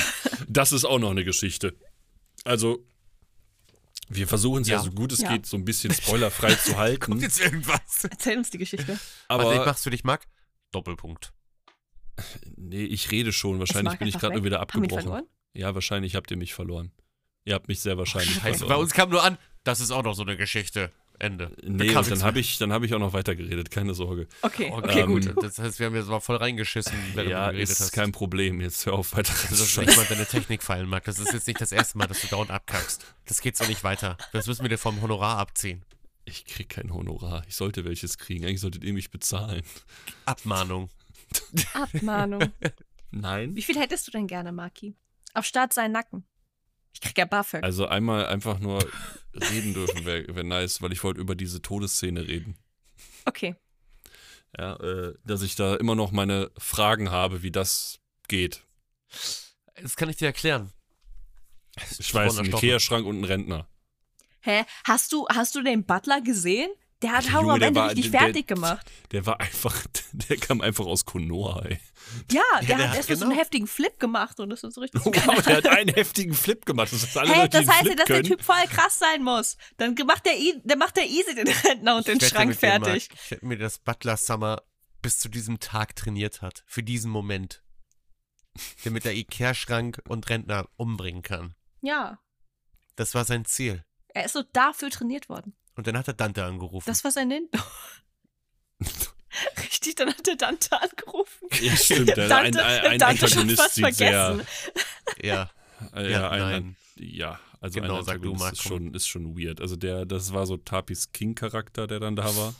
Das ist auch noch eine Geschichte. Also, wir versuchen es ja. Ja. so gut es Ja. geht, so ein bisschen spoilerfrei zu halten. Jetzt irgendwas. Erzähl uns die Geschichte. Aber ich Aber mach's für dich, Marc. Doppelpunkt. nee, ich rede schon. Wahrscheinlich mag bin ich einfach gerade weg. nur wieder Haben wir ihn abgebrochen. verloren? Ja, wahrscheinlich habt ihr mich verloren. Ihr habt mich sehr wahrscheinlich Scheiße, bei verloren. uns kam nur an, das ist auch noch so eine Geschichte. Ende. Nee, Bekam und dann nichts habe ich, dann hab ich auch noch weitergeredet, keine Sorge. Okay, mehr. okay, Ähm, gut. Das heißt, wir haben jetzt mal voll reingeschissen, während ja, du geredet ist hast. kein Problem. Jetzt hör auf, weiter Also, dass du reinzuscheißen. nicht mal deine Technik fallen mag. Das ist jetzt nicht das erste Mal, dass du dauernd abkackst. Das geht so nicht weiter. Das müssen wir dir vom Honorar abziehen. Ich krieg kein Honorar. Ich sollte welches kriegen. Eigentlich solltet ihr mich bezahlen. Abmahnung. Abmahnung. Nein. Wie viel hättest du denn gerne, Maki? Auf Start sein Nacken. Ich krieg ja BAföG. Also einmal einfach nur reden dürfen wäre wär nice, weil ich wollte über diese Todesszene reden. Okay. Ja, äh, dass ich da immer noch meine Fragen habe, wie das geht. Das kann ich dir erklären. Ich weiß, ein Stoffel. Ikea-Schrank und ein Rentner. Hä? Hast du, hast du den Butler gesehen? Der hat Der Haru Junge, am der Ende war- richtig der- fertig gemacht. Der war einfach, der kam einfach aus Konoha, ey. Ja, der der hat hat erstmal so genau- einen heftigen Flip gemacht und das ist so richtig. Oh, Wow, der hat einen heftigen Flip gemacht. Das ist alle Hey, Leute, die das einen heißt ja, Flip dass der können. Typ voll krass sein muss. Dann macht der, I dann macht der Easy den Rentner und den Ich wette Schrank mit dir, Marc, fertig. Ich hätte mir das Butler Summer bis zu diesem Tag trainiert hat. Für diesen Moment. Damit er Ikea-Schrank und Rentner umbringen kann. Ja, Das war sein Ziel. er ist so dafür trainiert worden. Und dann hat er Dante angerufen. Das war sein Nintendo. Richtig, dann hat der Dante angerufen. Ja, stimmt. Der, ein Dante, ein, ein Dante schon Antagonist fast sieht vergessen. ja, sehr. ja, Äh, ja, ein, nein. ja, also Genau, ein sag du, Antagonist Marc, ist, komm. schon, ist schon weird. Also der, das war so Tapis King-Charakter, der dann da war.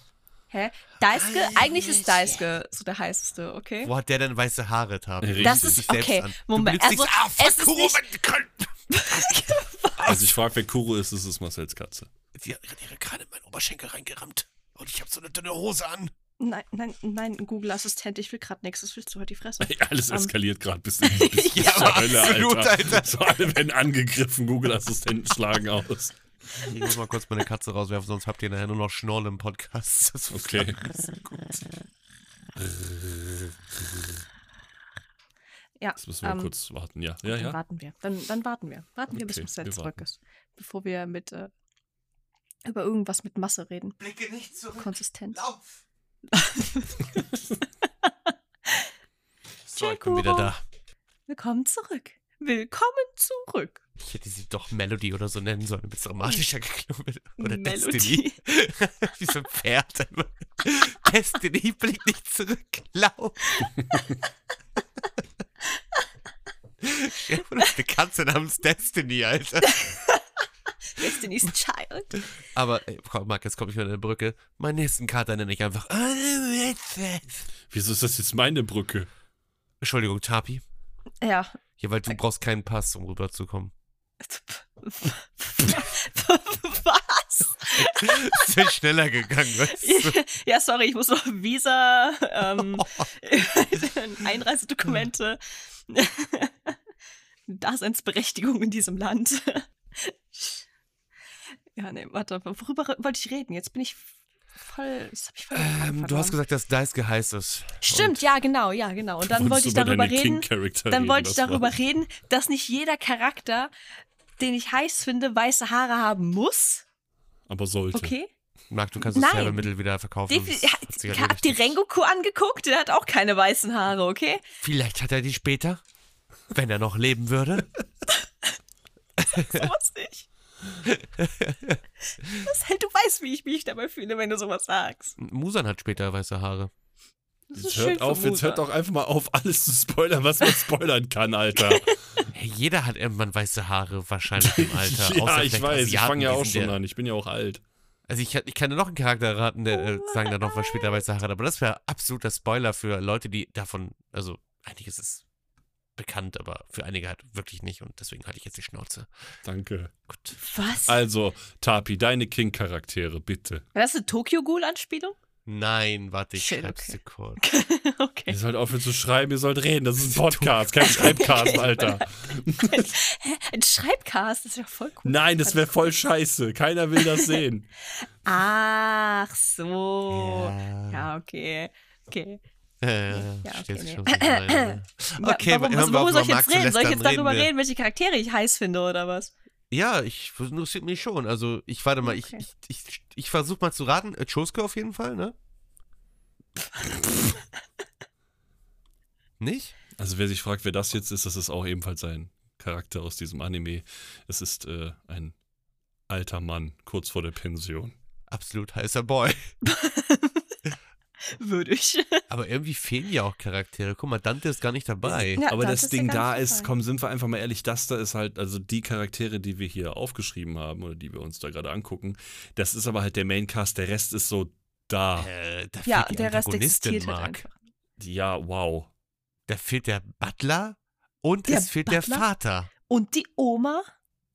Hä? Daisuke? Eigentlich ist Daisuke so der heißeste, okay? Wo hat der denn weiße Haare, Tabi? Das Richtig. Dich ist, selbst okay, an. Moment. Du blickst Also, dich, ah, fuck, es ist Kuro, nicht, Mann, die können- Also ich frage, wer Kuro ist, es ist Marcells Katze. Die hat ihre Krallen in meinen Oberschenkel reingerammt. Und ich habe so eine dünne Hose an. Nein, nein, nein, Google-Assistent, ich will grad nichts, das willst du halt die Fresse. Ey, alles Ähm. eskaliert gerade bis in die bis Ja, zur aber Hölle, absolut, Alter. So alle werden angegriffen, Google-Assistenten schlagen aus. Ich muss mal kurz meine Katze rauswerfen, sonst habt ihr nachher nur noch Schnorren im Podcast. Das ist Okay. Ja, Jetzt müssen wir ähm, kurz warten, ja. Ja, dann ja. warten wir. Dann, dann warten wir. Warten wir, bis Okay, Marcel wir zurück warten. ist. Bevor wir mit äh, über irgendwas mit Masse reden. Blicke nicht zurück. Konsistenz. Lauf! so, Tschö, ich bin wieder Kuro. da. Willkommen zurück. Willkommen zurück. Ich hätte sie doch Melody oder so nennen sollen, damit es dramatischer geklungen wird. Oder Destiny. Melody. Wie so ein Pferd. einfach. Destiny, blick nicht zurück. Lauf! Ja, das ist eine Katze namens Destiny, Alter. Destiny's Child. Aber, ey, komm, Marc, jetzt komme ich wieder an eine Brücke. Meinen nächsten Kater nenne ich einfach. Wieso ist das jetzt meine Brücke? Entschuldigung, Tapi. Ja. Ja, weil du brauchst keinen Pass, um rüberzukommen. Was? Ist ja schneller gegangen, weißt du? Ja, sorry, ich muss noch Visa, ähm, Einreisedokumente, Daseinsberechtigung in diesem Land. Ja, nee, warte, worüber wollte ich reden? Jetzt bin ich voll. Jetzt hab ich voll den Faden Ähm, du hast verloren. gesagt, dass Dice geheiß ist. Stimmt, ja, genau, ja, genau. Und dann Wolltest wollte du ich über darüber deinen reden. King-Charakter Dann reden, wollte ich das darüber war- reden, dass nicht jeder Charakter, den ich heiß finde, weiße Haare haben muss. Aber sollte. Okay? Marc, du kannst das Nein. Werbemittel wieder verkaufen. Defi Das ja, hat sich habt ihr erledigt. Rengoku angeguckt? Der hat auch keine weißen Haare, okay? Vielleicht hat er die später, wenn er noch leben würde. Sowas nicht. Marcel, du weißt, wie ich mich dabei fühle, wenn du sowas sagst. Musan hat später weiße Haare. Das Jetzt ist schön hört für auf, jetzt Musa. hört auch einfach mal auf, alles zu spoilern, was man spoilern kann, Alter. Hey, jeder hat irgendwann weiße Haare, wahrscheinlich im Alter. ja, außer ich vielleicht weiß, ich Asiaten, fange ja die auch sind schon der- an. Ich bin ja auch alt. Also ich, ich kann dir noch einen Charakter raten, der äh, sagen dann noch was später weiße Haare hat. Aber das wäre absoluter Spoiler für Leute, die davon, also eigentlich ist es bekannt, aber für einige halt wirklich nicht. Und deswegen halte ich jetzt die Schnauze. Danke. Gut. Was? Also, Tapi, deine King-Charaktere, bitte. War das eine Tokyo Ghoul-Anspielung? Nein, warte, ich Shit, schreib's okay. dir kurz. okay. Ihr sollt aufhören zu schreiben, ihr sollt reden. Das ist ein Podcast, kein Schreibcast, Alter. Ein Schreibcast, das ist ja voll cool. Nein, das wäre voll scheiße. Keiner will das sehen. Ach so. Ja. Ja, okay. Okay. Äh, Ja, verstehst okay, du schon, nee. was ich meine? Wa- Okay, hören warum, was, wir worüber auf, soll Marc ich jetzt zu reden? Soll ich lästern, jetzt darüber reden wir. reden, welche Charaktere ich heiß finde oder was? Ja, ich interessiert mich schon. Also, ich warte mal, Okay. ich, ich, ich, ich versuche mal zu raten. Äh, Chosuke auf jeden Fall, ne? Nicht? Also, wer sich fragt, wer das jetzt ist, das ist auch ebenfalls ein Charakter aus diesem Anime. Es ist äh, ein alter Mann, kurz vor der Pension. Absolut heißer Boy. Würde ich. Aber irgendwie fehlen ja auch Charaktere. Guck mal, Dante ist gar nicht dabei. Ja, Aber das das, ist ja Ding ganz da toll. ist, komm, sind wir einfach mal ehrlich, das da ist halt, also die Charaktere, die wir hier aufgeschrieben haben oder die wir uns da gerade angucken, das ist aber halt der Maincast, der Rest ist so da. Äh, da fehlt Ja, die der Rest Antagonistin, existiert halt Marc. einfach. Ja, wow. Da fehlt der Butler und Der es fehlt der Butler? Vater. Und die Oma,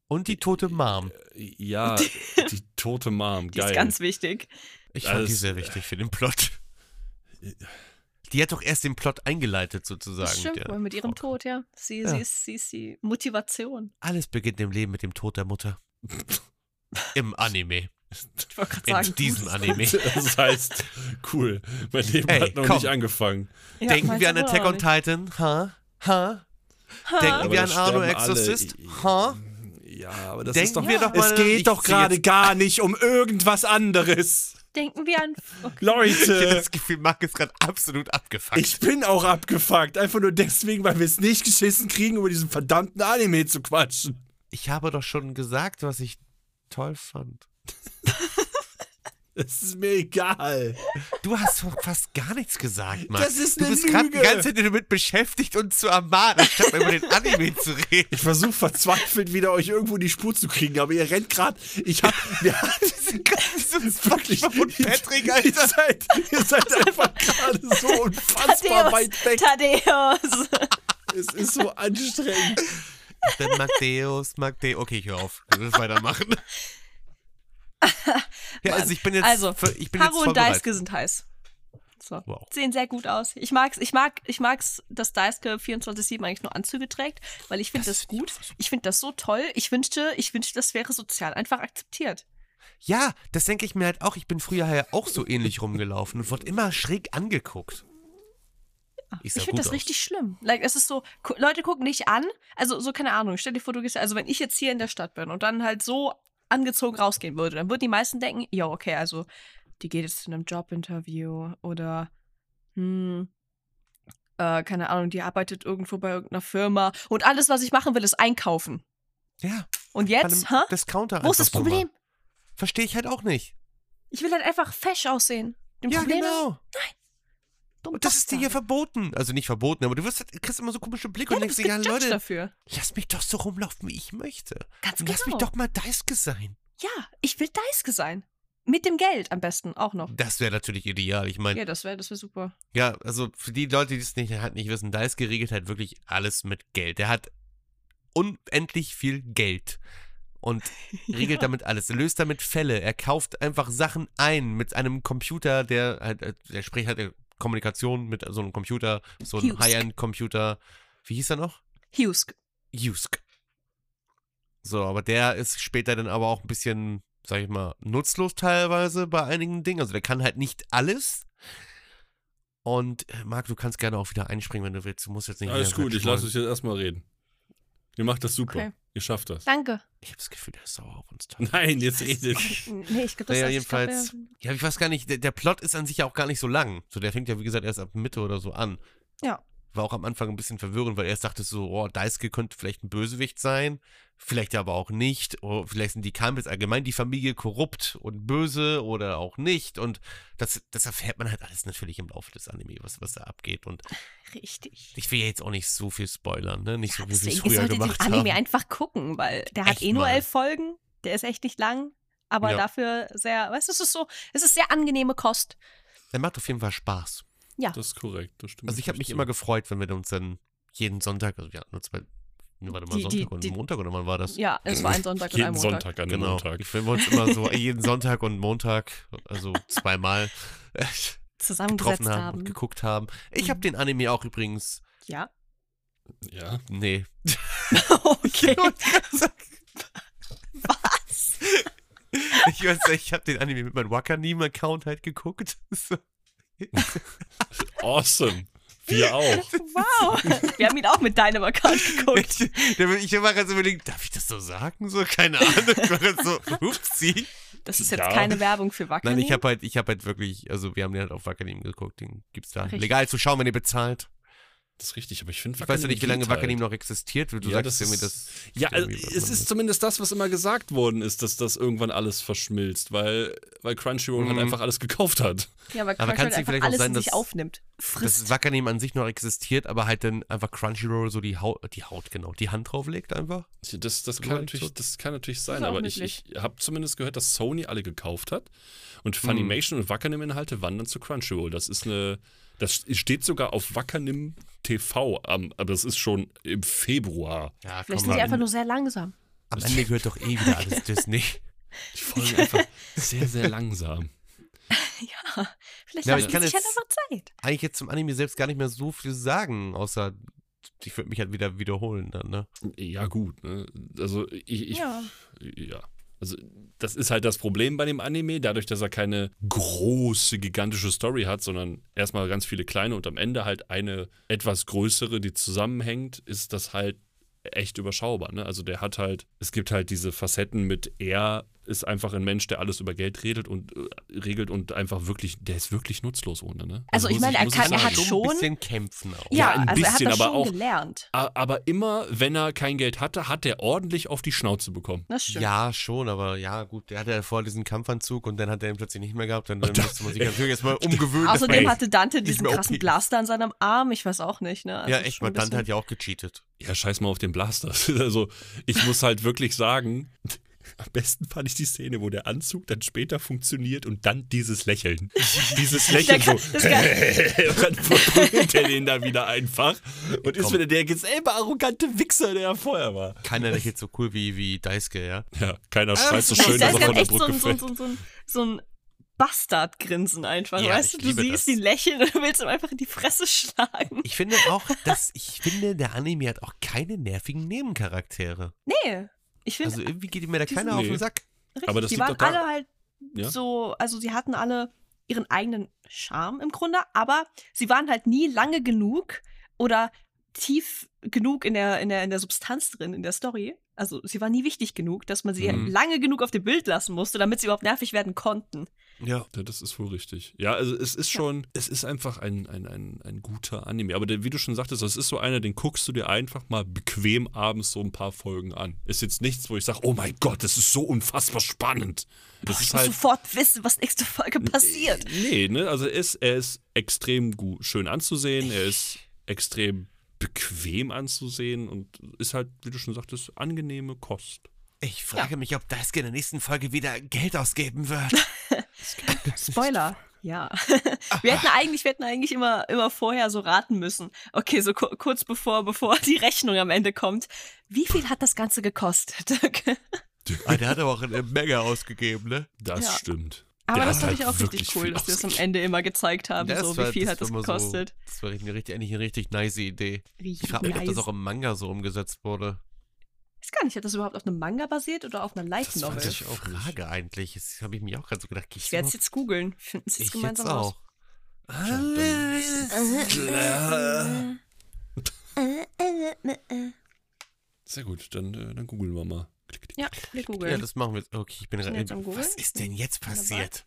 Und die tote Mom. Ja, die tote Mom, die geil. ist ganz wichtig. Ich fand Alles- die sehr wichtig für den Plot. äh, Die hat doch erst den Plot eingeleitet, sozusagen. Das stimmt der wohl mit ihrem Frau. Tod, ja. Sie, Ja. Sie, ist, sie ist die Motivation. Alles beginnt im Leben mit dem Tod der Mutter. Im Anime. Ich wollte gerade in sagen. diesem gutes- Anime. Das heißt, cool, mein Leben Hey, hat noch komm. nicht angefangen. Ja, Denken meinst wir an du wohl Attack auch on nicht. Titan, ha? Ha? Denken Aber wir da an Arno sterben alle. Exorcist, ha? Ja, aber das Denken ist doch... wir doch mal... Es geht ich doch zieh gerade jetzt- gar nicht um irgendwas anderes. Denken wir an. Okay. Ich hab Leute, das Gefühl, Marc ist gerade absolut abgefuckt. ich bin auch abgefuckt. Einfach nur deswegen, weil wir es nicht geschissen kriegen, um über diesen verdammten Anime zu quatschen. ich habe doch schon gesagt, was ich toll fand. Es ist mir egal. Du hast doch fast gar nichts gesagt, Mann. Das ist du eine bist gerade die Lüge. ganze Zeit damit beschäftigt, uns zu ermahnen, statt über den Anime zu reden. Ich versuche verzweifelt wieder euch irgendwo in die Spur zu kriegen, aber ihr rennt gerade. Ich hab. Wir Dieses wirklich. und Patrick, Ihr Alter. seid, ihr seid einfach gerade so unfassbar weit weg. Tadeus. Es ist so anstrengend. Dann Magdeus, Magdeus. Okay, ich hör auf. Wir müssen weitermachen. Ja, also ich bin jetzt, Also, voll- ich bin jetzt Haru voll und bereit. Daisuke sind heiß. So. Wow. Sehen sehr gut aus. Ich mag's, ich mag, ich mag's, dass Daisuke 24-7 eigentlich nur Anzüge trägt, weil ich finde das, gut. Ich finde das so toll. Ich wünschte, ich wünschte, das wäre sozial einfach akzeptiert. Ja, das denke ich mir halt auch. Ich bin früher ja auch so ähnlich rumgelaufen und wurde immer schräg angeguckt. Ich, sah finde gut das aus. richtig schlimm. Like, es ist so, gu- Leute gucken dich an. Also, so keine Ahnung. Stell dir vor, du gehst, also wenn ich jetzt hier in der Stadt bin und dann halt so angezogen rausgehen würde, dann würden die meisten denken, ja, okay, also die geht jetzt zu einem Jobinterview oder hm, äh, keine Ahnung, die arbeitet irgendwo bei irgendeiner Firma und alles, was ich machen will, ist einkaufen. Ja, Und bei einem jetzt, hä? Discounter Wo ist das einfach so mal. Problem? Verstehe ich halt auch nicht. Ich will halt einfach fesch aussehen. Dem Ja, Problem ist, genau. dumm Und das ist dir hier Bastard. verboten. Also nicht verboten, aber du wirst halt, kriegst immer so komische Blicke Ja, und du denkst bist dir, ja, gejudged Leute, dafür. lass mich doch so rumlaufen, wie ich möchte. Ganz Und genau. lass mich doch mal Daisuke sein. Ja, ich will Daisuke sein. Mit dem Geld am besten auch noch. Das wäre natürlich ideal. Ich meine, Ja, das wäre das wär super. ja. also für die Leute, die es nicht, halt nicht wissen, Daisuke regelt halt wirklich alles mit Geld. Der hat unendlich viel Geld und regelt damit alles. Er löst damit Fälle. Er kauft einfach Sachen ein mit einem Computer, der halt, er spricht halt äh, Kommunikation mit so einem Computer, so einem Husk. High-End-Computer. Wie hieß er noch? Husk. Jusk. So, aber der ist später dann aber auch ein bisschen, sag ich mal, nutzlos teilweise bei einigen Dingen. Also der kann halt nicht alles. Und äh, Marc, du kannst gerne auch wieder einspringen, wenn du willst. Du musst jetzt nicht Alles die ganze gut, Zeit ich lasse schmollen. euch jetzt erstmal reden. Ihr macht das super. Okay. Ihr schafft das. Danke. Ich habe das Gefühl, der ist sauer auf uns. Teil. Nein, jetzt redet. Nee, ich glaube, das Naja, ich glaub, jedenfalls. ja. Ja, ich weiß gar nicht, der, der Plot ist an sich ja auch gar nicht so lang. So, der fängt ja, wie gesagt, erst ab Mitte oder so an. Ja. War auch am Anfang ein bisschen verwirrend, weil erst dachte so, oh, Daisuke könnte vielleicht ein Bösewicht sein, vielleicht aber auch nicht. Oh, vielleicht sind die Kamels allgemein die Familie korrupt und böse oder auch nicht. Und das, das erfährt man halt alles natürlich im Laufe des Anime, was, was da abgeht. Und Richtig. ich will ja jetzt auch nicht so viel spoilern, ne? Nicht so viel, wie ich Deswegen früher solltet ihr gemacht den Anime habe. einfach gucken, weil der hat Echt eh nur mal. elf Folgen. Der ist echt nicht lang, aber Ja. dafür sehr, weißt du, es ist so, es ist sehr angenehme Kost. Der macht auf jeden Fall Spaß. Das ist korrekt, das stimmt. Also ich habe mich Richtig. immer gefreut, wenn wir uns dann jeden Sonntag, also wir hatten uns bei, ne, warte mal, Die- die- Sonntag und die- Montag oder wann war das? Ja, es war ein Sonntag und jeden ein Montag. Sonntag an einem genau. Montag. Ich Wenn wir uns immer so jeden Sonntag und Montag, also zweimal äh, Zusammengesetzt getroffen haben, haben. und geguckt haben. Ich habe Mhm. den Anime auch übrigens, Ja. Ja. nee. Okay. Was? Ich weiß nicht, ich habe den Anime mit meinem Wakanim-Account halt geguckt. So. Awesome. Wir auch. Wow. Wir haben ihn auch mit deinem Account geguckt. Ich, da bin ich immer ganz überlegt, darf ich das so sagen? So, keine Ahnung. Ich war ganz so, upsie. Das ist jetzt Ja. keine Werbung für Wackeln. Nein, ich habe halt, ich habe halt wirklich, also wir haben den halt auf Wackernim geguckt, den gibt's da. Richtig. Legal zu schauen, wenn ihr bezahlt. Das ist richtig, aber ich finde Ich weiß ja nicht, wie lange halt. Wackernim noch existiert. Du halt. Ja, sagst das irgendwie, das. ist- Ja, also, irgendwie was es ist zumindest das, was immer gesagt worden ist, dass das irgendwann alles verschmilzt, weil, weil Crunchyroll halt Mhm. einfach alles gekauft hat. Ja, aber, kann's Crunchyroll nicht einfach vielleicht auch alles sein, in sich dass- aufnimmt. Dass Frisst. Wackernim an sich noch existiert, aber halt dann einfach Crunchyroll so die Haut, die Haut genau, die Hand drauflegt einfach. Das, das, Soweit kann, so. natürlich, das kann natürlich sein, auch aber ich, möglich. ich habe zumindest gehört, dass Sony alle gekauft hat und Funimation und Wackernim-Inhalte wandern zu Crunchyroll. Das ist eine, das steht sogar auf Wackernim TV, am- aber das ist schon im Februar. Ja, Vielleicht sind die einfach nur sehr langsam. Am Ende gehört doch eh wieder alles Disney. Die folgen einfach sehr, sehr langsam. Ja, vielleicht Ja, aber lassen ich die kann sich halt jetzt- einfach Zeit. Eigentlich jetzt zum Anime selbst gar nicht mehr so viel sagen, außer ich würde mich halt wieder wiederholen dann, ne? Ja, gut. Ne? Also ich, ich Ja. ja. Also, das ist halt das Problem bei dem Anime, dadurch, dass er keine große, gigantische Story hat, sondern erstmal ganz viele kleine und am Ende halt eine etwas größere, die zusammenhängt, ist das halt echt überschaubar. Ne? Also der hat halt, es gibt halt diese Facetten mit er ist einfach ein Mensch, der alles über Geld redet und äh, regelt und einfach wirklich, der ist wirklich nutzlos ohne. Ne? Also ich muss meine, er muss kann- sagen. er hat Schon schon- ein bisschen kämpfen auch. Ja, Ja, ein also er hat bisschen, das aber schon auch- gelernt. A- Aber immer, wenn er kein Geld hatte, hat er ordentlich auf die Schnauze bekommen. Das stimmt. Ja, schon, aber ja, gut, der hatte ja vorher diesen Kampfanzug und dann hat er ihn plötzlich nicht mehr gehabt. Dann, dann musste man sich natürlich erstmal umgewöhnen. dass man- Außerdem hatte Dante nicht diesen mehr krassen OP. Blaster an seinem Arm, ich weiß auch nicht, ne? Also ja, ist echt, schon weil ein Dante bisschen- hat ja auch gecheatet. Ja, scheiß mal auf den Blaster. Also, ich muss halt wirklich sagen, am besten fand ich die Szene, wo der Anzug dann später funktioniert und dann dieses Lächeln. Dieses Lächeln Der kann- so. das kann- und dann verprügelt er den da wieder einfach und ist Komm. wieder der selbe arrogante Wichser, der er vorher war. Keiner lächelt so cool wie, wie Daisuke, ja. Ja, keiner schreit so Das- schön, da dass ist er von halt der echt so Brücke ein, so ein, fällt. so ein, so ein, so ein Bastardgrinsen einfach, Ja, weißt du? ich Du liebe siehst das. ihn lächeln und willst ihm einfach in die Fresse schlagen. Ich finde auch, dass, ich finde, der Anime hat auch keine nervigen Nebencharaktere. Nee, ich finde, Also irgendwie geht mir da Die keiner sind- auf den Nee. Sack. richtig, aber das die liegt waren doch da- alle halt Ja? so, also sie hatten alle ihren eigenen Charme im Grunde, aber sie waren halt nie lange genug oder tief genug in der, in der, in der Substanz drin, in der Story. Also sie waren nie wichtig genug, dass man sie Mhm. lange genug auf dem Bild lassen musste, damit sie überhaupt nervig werden konnten. Ja. Ja, das ist wohl richtig. Ja, also es ist schon, es ist einfach ein, ein, ein, ein guter Anime. Aber der, wie du schon sagtest, das ist so einer, den guckst du dir einfach mal bequem abends so ein paar Folgen an. Ist jetzt nichts, wo ich sage, oh mein Gott, das ist so unfassbar spannend. Das Boah, ich ist muss halt. sofort wissen, was nächste Folge äh, passiert. Nee, ne? Also er ist, er ist extrem gut, schön anzusehen, er ist extrem bequem anzusehen und ist halt, wie du schon sagtest, angenehme Kost. Ich frage mich, ob Daisuke in der nächsten Folge wieder Geld ausgeben wird. Spoiler. Ja. Ah. Wir hätten eigentlich, wir hätten eigentlich immer, immer vorher so raten müssen. Okay, so ku kurz bevor, bevor die Rechnung am Ende kommt. Wie viel hat das Ganze gekostet? ah, der hat aber auch eine Menge ausgegeben, ne? Das Ja. stimmt. Aber Der das hat fand halt ich auch wirklich richtig cool, viel dass wir es am ausgegeben. Ende immer gezeigt haben, so wie war- viel war hat das immer gekostet. So, das war eine richtig, eigentlich eine richtig nice Idee. Ich Richtig frage mich, ob das nice. auch im Manga so umgesetzt wurde. Ich weiß gar nicht, hat das überhaupt auf einem Manga basiert oder auf einer Light Das weiß Novel? ich Das Ich ist auch Frage eigentlich. Das habe ich mir auch gerade so gedacht. gibt's werde es überhaupt- jetzt googeln. Finden Sie es ich jetzt gemeinsam aus. auch. Ah, Klar. Sehr gut, dann, äh, dann googeln wir mal. Klick, klick. Ja, wir Ja, googeln. das machen wir jetzt. Okay, ich bin Sind wir jetzt am gerade. Googeln? Was ist denn jetzt Wunderbar. passiert?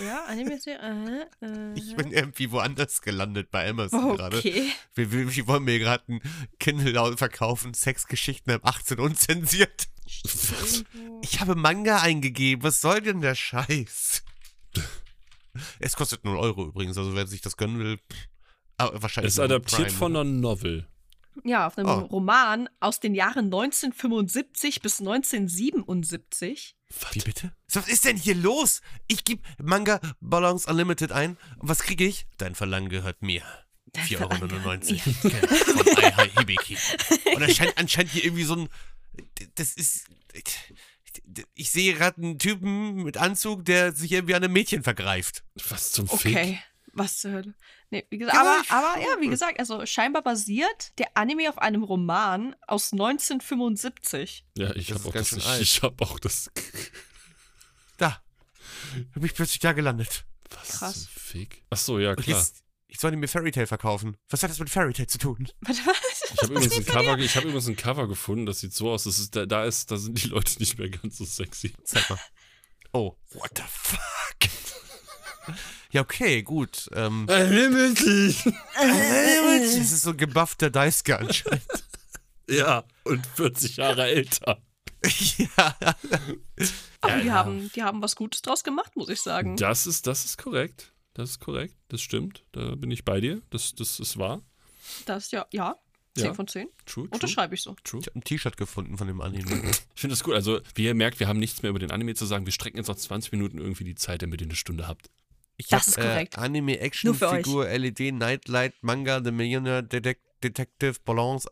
Äh, ja, Anime-Serie. Äh, äh, Ich bin irgendwie woanders gelandet bei Amazon gerade. Okay. Wir, wir, wir wollen mir gerade ein Kindle verkaufen, Sexgeschichten ab 18 unzensiert. Ich habe Manga eingegeben. Was soll denn der Scheiß? Es kostet 0 Euro übrigens, also wer sich das gönnen will. pff. Aber wahrscheinlich. Es ist nur adaptiert Prime, von oder? einer Novel. Ja, auf einem Oh. Roman aus den Jahren 1975 bis 1977. Wie bitte? Was ist denn hier los? Ich gebe Manga Balance Unlimited ein. Und was kriege ich? Dein Verlangen gehört mir. 4,99 Euro. Von Ai Hibiki. Und anscheinend, anscheinend hier irgendwie so ein. Das ist. Ich sehe gerade einen Typen mit Anzug, der sich irgendwie an einem Mädchen vergreift. Was zum Fick? Okay, was zur Hölle. Nee, wie gesagt, Ja, aber, ich- aber ja, wie gesagt, also scheinbar basiert der Anime auf einem Roman aus 1975. Ja, ich Das habe ist auch, ganz das- schön ich- alt. ich hab auch das. Da. Bin ich plötzlich da gelandet. Was Krass. zum Fick? Ach so, ja, Und klar. jetzt. Ich soll mir Fairy Tale verkaufen. Was hat das mit Fairy Tale zu tun? Warte, was? Ich habe übrigens, ein Cover- ich hab übrigens ein Cover gefunden, das sieht so aus. Das ist, da, da, ist, da sind die Leute nicht mehr ganz so sexy. Zeig mal. Oh. What the fuck? Ja, okay, gut. Ähm, das ist so ein gebuffter Dice anscheinend. ja, und 40 Jahre älter. ja. Aber die ja. haben, die haben was Gutes draus gemacht, muss ich sagen. Das ist, das ist korrekt. Das ist korrekt. Das stimmt. Da bin ich bei dir. Das, das ist wahr. Das ja, ja, 10 Ja. von 10. True. true. Unterschreibe ich so. true. Ich habe ein T-Shirt gefunden von dem Anime. Ich finde das gut. Also, wie ihr merkt, wir haben nichts mehr über den Anime zu sagen. Wir strecken jetzt noch 20 Minuten irgendwie die Zeit, damit ihr eine Stunde habt. Ich Das ist korrekt. Äh, Anime Action Nur für euch. Figur LED Nightlight Manga The Millionaire Detec Detective Balance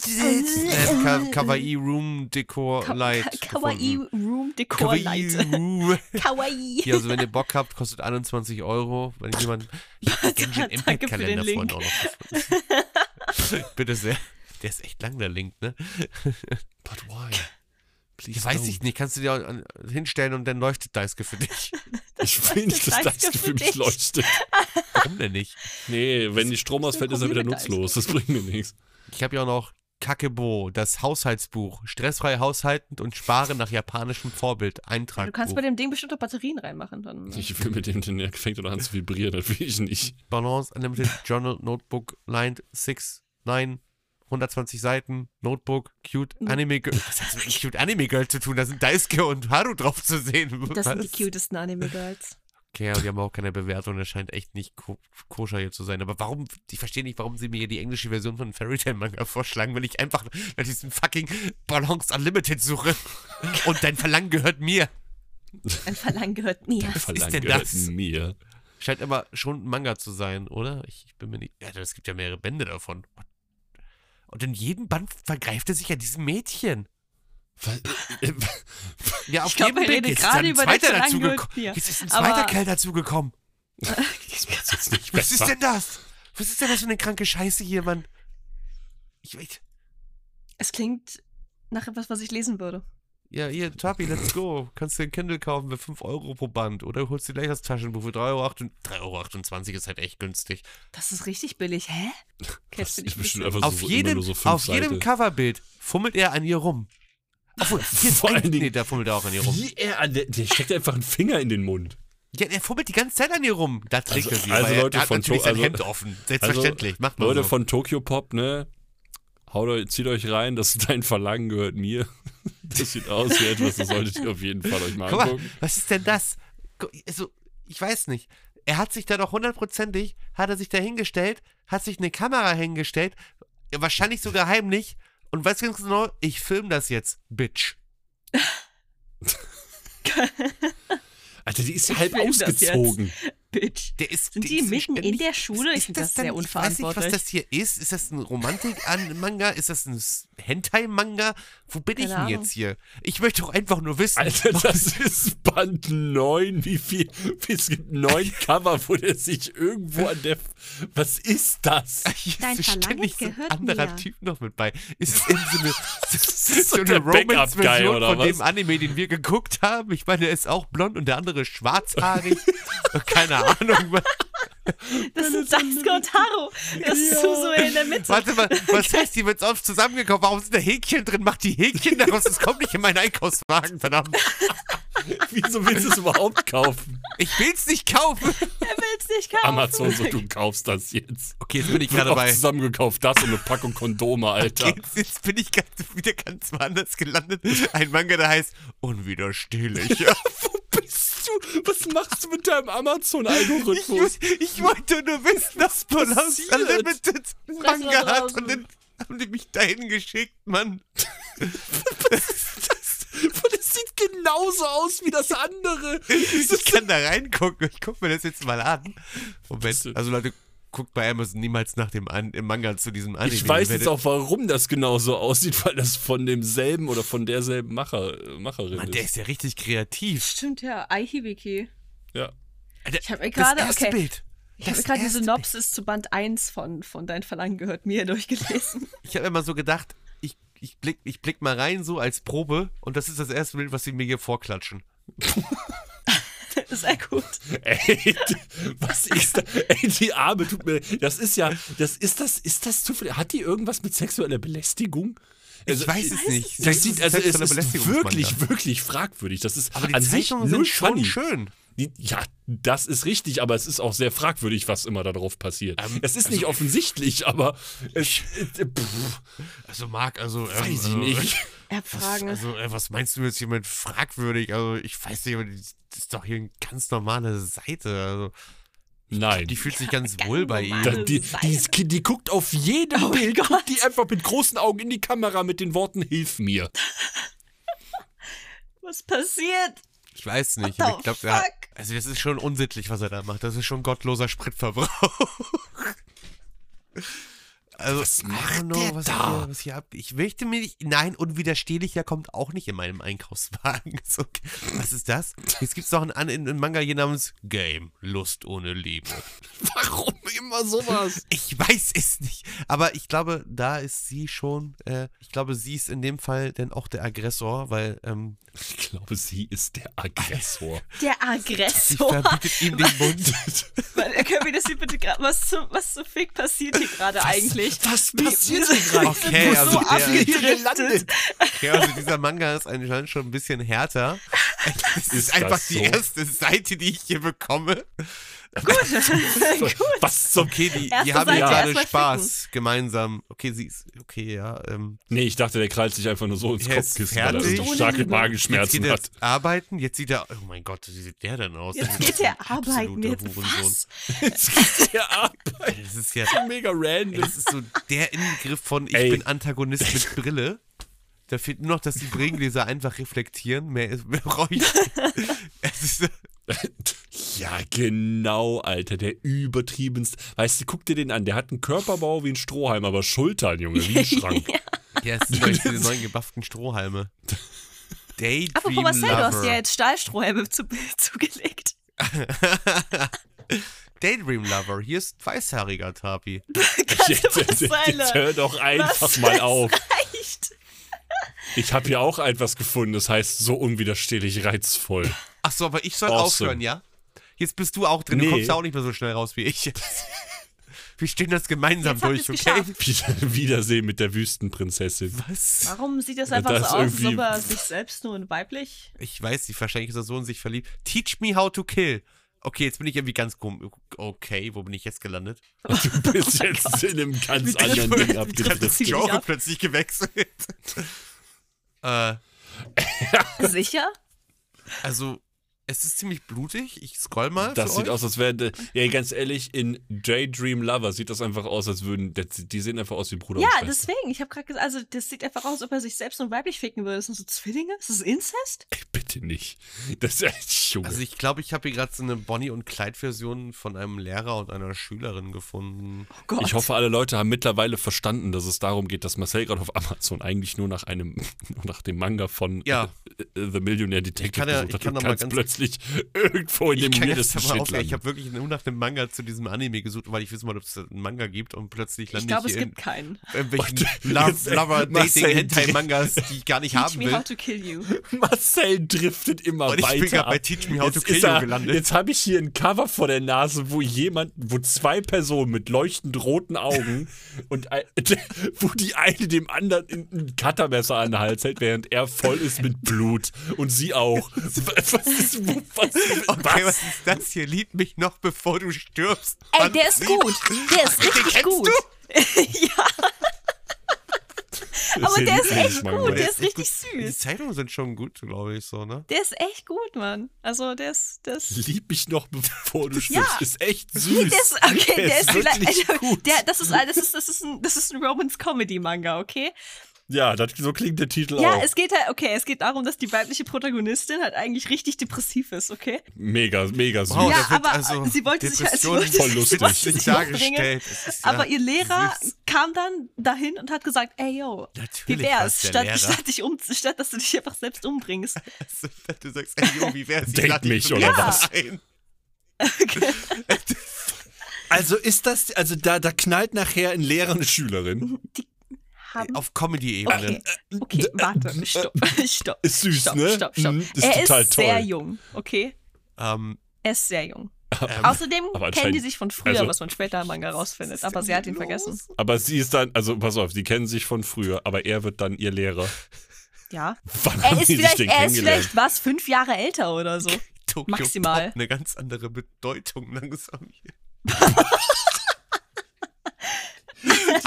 Snap Ka Kawaii Room Decor Ka Light. Ka Kawaii gefunden. Room Decor Kawaii Light. Room. Kawaii. Hier, also wenn ihr Bock habt, kostet 21 Euro. Wenn jemand. Ich hab den Genshin Oh Danke Impact für den Kalender vorhin Link. auch noch gefunden. Bitte sehr. Der ist echt lang, der Link, ne? But why? Please Ich weiß don't. ich nicht, kannst du dir auch an- hinstellen und dann leuchtet Daisuke für dich. Ich will nicht, dass Danke das für für mich dich. leuchtet. Warum denn nicht? Nee, wenn die Strom ausfällt, ist er wieder Probier mit nutzlos. Das bringt mir nichts. Ich habe ja auch noch Kakebo, das Haushaltsbuch. Stressfrei haushaltend und sparen nach japanischem Vorbild. Eintrag. Du kannst bei dem Ding bestimmte Batterien reinmachen. Dann. Ich will mit dem, den er fängt oder an zu vibrieren, das will ich nicht. Balance Unlimited Journal Notebook Lined 6, 9, 120 Seiten, Notebook, Cute Anime Girl. Was hat das mit Cute Anime Girl zu tun? Da sind Daisuke und Haru drauf zu sehen. äh, Das sind die Was? cutesten Anime-Girls. Okay, und die haben auch keine Bewertung. Das scheint echt nicht ko koscher hier zu sein. Aber warum, ich verstehe nicht, warum sie mir die englische Version von Fairy Tail Manga vorschlagen, wenn ich einfach nach diesem fucking Balance Unlimited suche. Und dein Verlangen gehört mir. Ein Verlangen gehört mir. Verlangt denn gehört das? mir. Scheint aber schon ein Manga zu sein, oder? Ich, ich bin mir nicht. Ja, es gibt ja mehrere Bände davon. Und in jedem Band vergreift er sich an diesem Mädchen. Was? Ja, auf Ich glaub, jedem er Bild redet jetzt ist dann gerade ein über den zweiter Verlangen gehört dazugeko- mir. Jetzt ist ein Aber- zweiter Kerl dazugekommen. Das wird's jetzt nicht Was ist besser. denn das? Was ist denn das für eine kranke Scheiße hier, Mann? Ich, ich, Es klingt nach etwas, was ich lesen würde. Ja, hier, Tapi, let's go. Kannst dir ein Kindle kaufen für 5 Euro pro Band oder holst dir gleich das Taschenbuch für 3,28 Euro. 3,28 Euro ist halt echt günstig. Das ist richtig billig. Hä? Das Catch ist mich bestimmt nicht. einfach auf so, immer jedem, nur so fünf auf jedem Seiten. Coverbild fummelt er an ihr rum. Obwohl, hier ist Vor ein, allen Dingen- nee, da fummelt er auch an ihr rum. Wie er an der, der steckt einfach einen Finger in den Mund. Ja, er fummelt die ganze Zeit an ihr rum. Da trägt Also- er sie. also weil er- Leute er hat von natürlich To- sein also- Hemd offen. Selbstverständlich. Macht man Leute so. von Tokyo Pop, ne? Haut euch, zieht euch rein, das dein Verlangen gehört mir. Das sieht aus wie etwas, das solltet ihr auf jeden Fall euch mal Guck mal, angucken. was ist denn das? Gu- Also, ich weiß nicht. Er hat sich da doch hundertprozentig, hat er sich da hingestellt, hat sich eine Kamera hingestellt, wahrscheinlich sogar heimlich und weiß ganz genau, ich filme das jetzt, Bitch. Alter, die ist ja halb film das ausgezogen. Bitch. Der ist, Sind der die ist mitten in ständig- der Schule? Ich Ist finde das, denn- sehr Ich weiß unverantwortlich. nicht, was das hier ist. Ist das ein Romantik-Manga? ist das ein S- Hentai-Manga? Wo bin ich Keine denn Ahnung. jetzt hier? Ich möchte doch einfach nur wissen. Alter, das ist Band 9. Wie viel? Es gibt neun Cover, wo der sich irgendwo an der. Was ist das? Hier ist Dein so Verlangen ständig so ein gehört anderer mir. Typ noch mit bei. Ist es eben so eine, ist so so eine der Backup-Guy, Romance-Version oder von was? dem Anime, den wir geguckt haben? Ich meine, er ist auch blond und der andere ist schwarzhaarig. Äh, Keine Ahnung. wa- Das sind Daisuke und Haru. Das ist so, so in der Mitte. Warte mal, was heißt, die wird oft zusammengekauft? Warum sind da Häkchen drin? Macht die Häkchen daraus? Das kommt nicht in meinen Einkaufswagen, verdammt. Wieso willst du es überhaupt kaufen? Ich will's nicht kaufen. Er will es nicht kaufen. Amazon, so du kaufst das jetzt. Okay, jetzt bin ich Wird gerade auch bei. zusammengekauft, das und eine Packung Kondome, Alter. Jetzt, jetzt bin ich ganz, wieder ganz woanders gelandet. Ein Manga, der heißt Unwiderstehlich. Wo bist du? Was machst du mit deinem Ich, Amazon-Algorithmus? ich wollte nur wissen, dass Balance passiert? Unlimited einen Fresse Manga da hat draußen. und dann haben die mich dahin geschickt, Mann. Das sieht genauso aus wie das andere. Ich kann da reingucken. Ich guck mir das jetzt mal an. Moment. Also Leute, guckt bei Amazon niemals nach dem An im Manga zu diesem Anime. Ich Ihr weiß jetzt werdet- auch, warum das genauso aussieht, weil das von demselben oder von derselben Macher, äh, Macherin Mann, der ist. ist ja richtig kreativ. Stimmt ja, Aihiwiki. Ja. Ich habe mir Das gerade erste okay, Bild. ich hab mir Das gerade die erste Synopsis zu Band 1 von, von Dein Verlangen gehört mir durchgelesen. Ich habe immer so gedacht, ich, ich, blick, ich blick mal rein so als Probe und das ist das erste Bild, was sie mir hier vorklatschen. Sehr gut. Ey, was ist da? Ey, die Arme tut mir. Das ist ja. Das ist das. Ist das zufällig? Hat die irgendwas mit sexueller Belästigung? Also, ich weiß es nicht. Das sieht, also es Sexuelle ist Belästigungsmanga. wirklich, wirklich fragwürdig. Das ist Aber die an sich Zeichnungen null sind schon funny. schön. Die, ja, das ist richtig, aber es ist auch sehr fragwürdig, was immer da drauf passiert. Ähm, es ist also- nicht offensichtlich, aber es, äh, pff, Also Marc, also ähm, weiß ich also, nicht. Er hat Was, Fragen. also äh, was meinst du jetzt hier mit fragwürdig? Also ich weiß nicht, aber das ist doch hier eine ganz normale Seite. Also, Nein. die Die, fühlt sich ganz ganz wohl bei normal. ihr. Das- die, die, ist- die guckt auf jedem Oh mein Bild, Gott. guckt die einfach mit großen Augen in die Kamera mit den Worten Hilf mir. Was passiert? Ich weiß nicht. What aber the ich glaub, er- fuck? also das ist schon unsittlich, was er da macht. Das ist schon gottloser Spritverbrauch. Also, Was I don't macht know, der was da? Hier, was hier ab ich möchte mir nicht. Nein, unwiderstehlicher kommt auch nicht in meinem Einkaufswagen. So, was ist das? Jetzt gibt es noch einen, An- einen, einen Manga hier namens Game, Lust ohne Liebe. Warum immer sowas? Ich weiß es nicht. Aber ich glaube, da ist sie schon. Äh, ich glaube, sie ist in dem Fall denn auch der Aggressor, weil ähm, Ich glaube, sie ist der Aggressor. Der sie Aggressor. verbietet ihm den Mund. Mann, können wir das hier bitte gerade. Was, zum- was zum Fick passiert hier gerade eigentlich? Was Wie- passiert wie- hier gerade? Okay, Wo also so der- abgerichtet Hier landet. Ja, also dieser Manga ist anscheinend schon ein bisschen härter. Es ist, Ist das einfach die so? erste Seite, die ich hier bekomme. Was zum... Okay, die, Erste die haben hier Seite, gerade erstmal Spaß gemeinsam. Okay, sie ist, okay, ja. Ähm, Nee, ich dachte, der krallt sich einfach nur so ins Er ist Kopfkissen, weil er fertig. so Ohne starke jetzt Liebe. geht Magenschmerzen er hat. jetzt arbeiten, jetzt sieht er, oh mein Gott, wie sieht der denn aus? Jetzt Das ist geht er ein absoluter arbeiten. Jetzt Hurensohn. was? Jetzt geht der Arbeit. Das ist ja, Mega ey, random. das ist so der Inbegriff von ich Ey. bin Antagonist mit Brille. Da fehlt nur noch, dass die Brillengläser einfach reflektieren. Mehr, ist- mehr brauche ich nicht. Es ist, Ja, genau, Alter. Der übertriebenste. Weißt du, guck dir den an. Der hat einen Körperbau wie ein Strohhalm, aber Schultern, Junge, wie ein Schrank. Ja, es sind übrigens diese neuen gebufften Strohhalme. Daydream Apropos Marcel, du hast Lover. dir jetzt Stahlstrohhalme zu, zugelegt. Daydream Lover, hier ist weißhaariger Tapi. Kannst du Jetzt, was jetzt, sein, jetzt hör doch einfach Was mal auf. reicht? Ich habe hier auch etwas gefunden, das heißt so unwiderstehlich reizvoll. Achso, aber ich soll Awesome. aufhören, ja? Jetzt bist du auch drin, du Nee. kommst ja auch nicht mehr so schnell raus wie ich. Wir stehen das gemeinsam Jetzt habt durch, ihr's okay? geschafft. Wieder, Wiedersehen mit der Wüstenprinzessin. Was? Warum sieht das einfach Das so aus, als ob irgendwie- er sich selbst nur in weiblich? Ich weiß nicht, wahrscheinlich ist der Sohn sich verliebt. Teach me how to kill. Okay, jetzt bin ich irgendwie ganz komisch. Okay, wo bin ich jetzt gelandet? Oh Du bist jetzt in einem ganz Wie anderen trifft- Ding wie trifft Das das abgedriftet. Ziel? Genre ab. plötzlich gewechselt. äh, Sicher? also, es ist ziemlich blutig. Ich scroll mal. Das für sieht euch. aus, als wäre. Ja, ganz ehrlich, in Daydream Lover sieht das einfach aus, als würden. das- Die sehen einfach aus wie Bruder Ja, und Schwester. deswegen. Ich habe gerade gesagt, also das sieht einfach aus, als ob er sich selbst nur weiblich ficken würde. Das sind so Zwillinge? Ist das Inzest? Oh Ey, Bitte nicht. Das ist. Junge. Also ich glaube, ich habe hier gerade so eine Bonnie und Clyde-Version von einem Lehrer und einer Schülerin gefunden. Oh Gott. Ich hoffe, alle Leute haben mittlerweile verstanden, dass es darum geht, dass Marcel gerade auf Amazon eigentlich nur nach einem, nur nach dem Manga von Ja. äh, äh, The Millionaire Detective kann ja- ich gesucht kann noch hat und mal ganz ganz- plötzlich irgendwo in Ich dem kann jetzt weirdesten mal Shit aufhören. Ich landen. habe wirklich nur nach einem Manga zu diesem Anime gesucht, weil ich wissen wollte, ob es einen Manga gibt und plötzlich Ich lande glaube, ich es hier in gibt keinen. irgendwelchen Warte, jetzt, Love, ey, Lover, Marcel, Dating, Hentai-Mangas, die ich gar nicht Teach haben me how will. to kill you. Marcel driftet immer Und ich bin weiter. grad bei ab. Teach Me How jetzt to Kill ist You er, gelandet. Jetzt habe ich hier ein Cover vor der Nase, wo jemand, wo zwei Personen mit leuchtend roten Augen und ein, wo die eine dem anderen in- ein Cuttermesser an den Hals hält, während er voll ist mit Blut und sie auch. Was ist, wo- was, Okay, was? was ist das hier? Lieb mich noch, bevor du stirbst. Ey, Mann, der ist lieb- gut. Der ist richtig kennst gut. Aber der ist echt gut. Der Der ist ist echt richtig Die süß. Zeitungen sind schon gut, glaube ich, so, ne? Der ist echt gut, Mann. Also der ist, der ist Lieb mich noch, bevor du Ja. stirbst. Ist echt Nee, süß. der ist, okay, der, ist, wirklich vielleicht. also, gut. Der, das ist, das ist, das ist ein, das ist ein Romans Comedy Manga, okay? ja, das, so klingt der Titel Ja, auch. es geht halt, okay, es geht darum, dass die weibliche Protagonistin halt eigentlich richtig depressiv ist, okay? mega, mega süß. Wow, Ja, da wird aber also sie wollte sich halt, sie Depressionen wollte voll sich, sie lustig. wollte sich dargestellt. dargestellt. Es ist, Aber ja, ihr Lehrer süß. kam dann dahin und hat gesagt, ey yo, wie Natürlich war's wär's, der statt, Lehrer. statt, dich um, statt dass du dich einfach selbst umbringst. Also, dass du sagst, ey, Jo, wie wär's? Ich Date lad dich mich, zu oder mir was? ein. Also ist das, also da, da knallt nachher ein Lehrer eine Schülerin. Haben Auf Comedy-Ebene. Okay, okay, warte, stopp, stopp. Ist süß, stopp, ne? Stopp, stopp. Mm, ist er total ist toll. sehr jung, okay? Ähm, Er ist sehr jung. ähm, Außerdem aber kennen die anscheinend- sich von früher, also- was man später im Manga rausfindet. Aber sie hat ihn vergessen. Aber sie ist dann, also pass auf, sie kennen sich von früher, aber er wird dann ihr Lehrer. Ja. Wann Er haben ist die sich vielleicht, denn er ist kennengelernt? vielleicht was, fünf Jahre älter oder so. Tokyo Maximal. Pop, eine ganz andere Bedeutung langsam hier.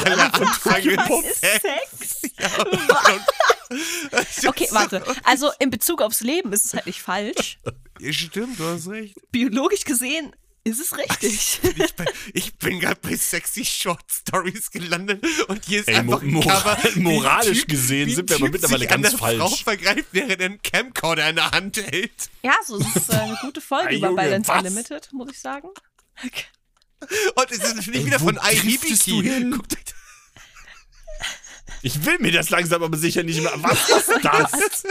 Alle Anfrage Genau. Was ist Sex? Okay, warte. Also in Bezug aufs Leben ist es halt nicht falsch. Stimmt, du hast recht. Biologisch gesehen ist es richtig. Ich bin, ich bin gerade bei sexy Short Stories gelandet und hier ist Ey, mo einfach ein Cover, moral, wie ein moralisch Typ- gesehen wie ein sind wir aber Typ mittlerweile sich an ganz der Frau falsch. vergreift, während er einen Camcorder in der Hand hält. Ja, so es ist äh, eine gute Folge Ey, über Junge, Balance was? Unlimited, muss ich sagen. Und es ist nicht Ey, wieder wo von driftest du iRibiki. hin? Guckt euch Ich will mir das langsam aber sicher nicht mehr. Was ist das?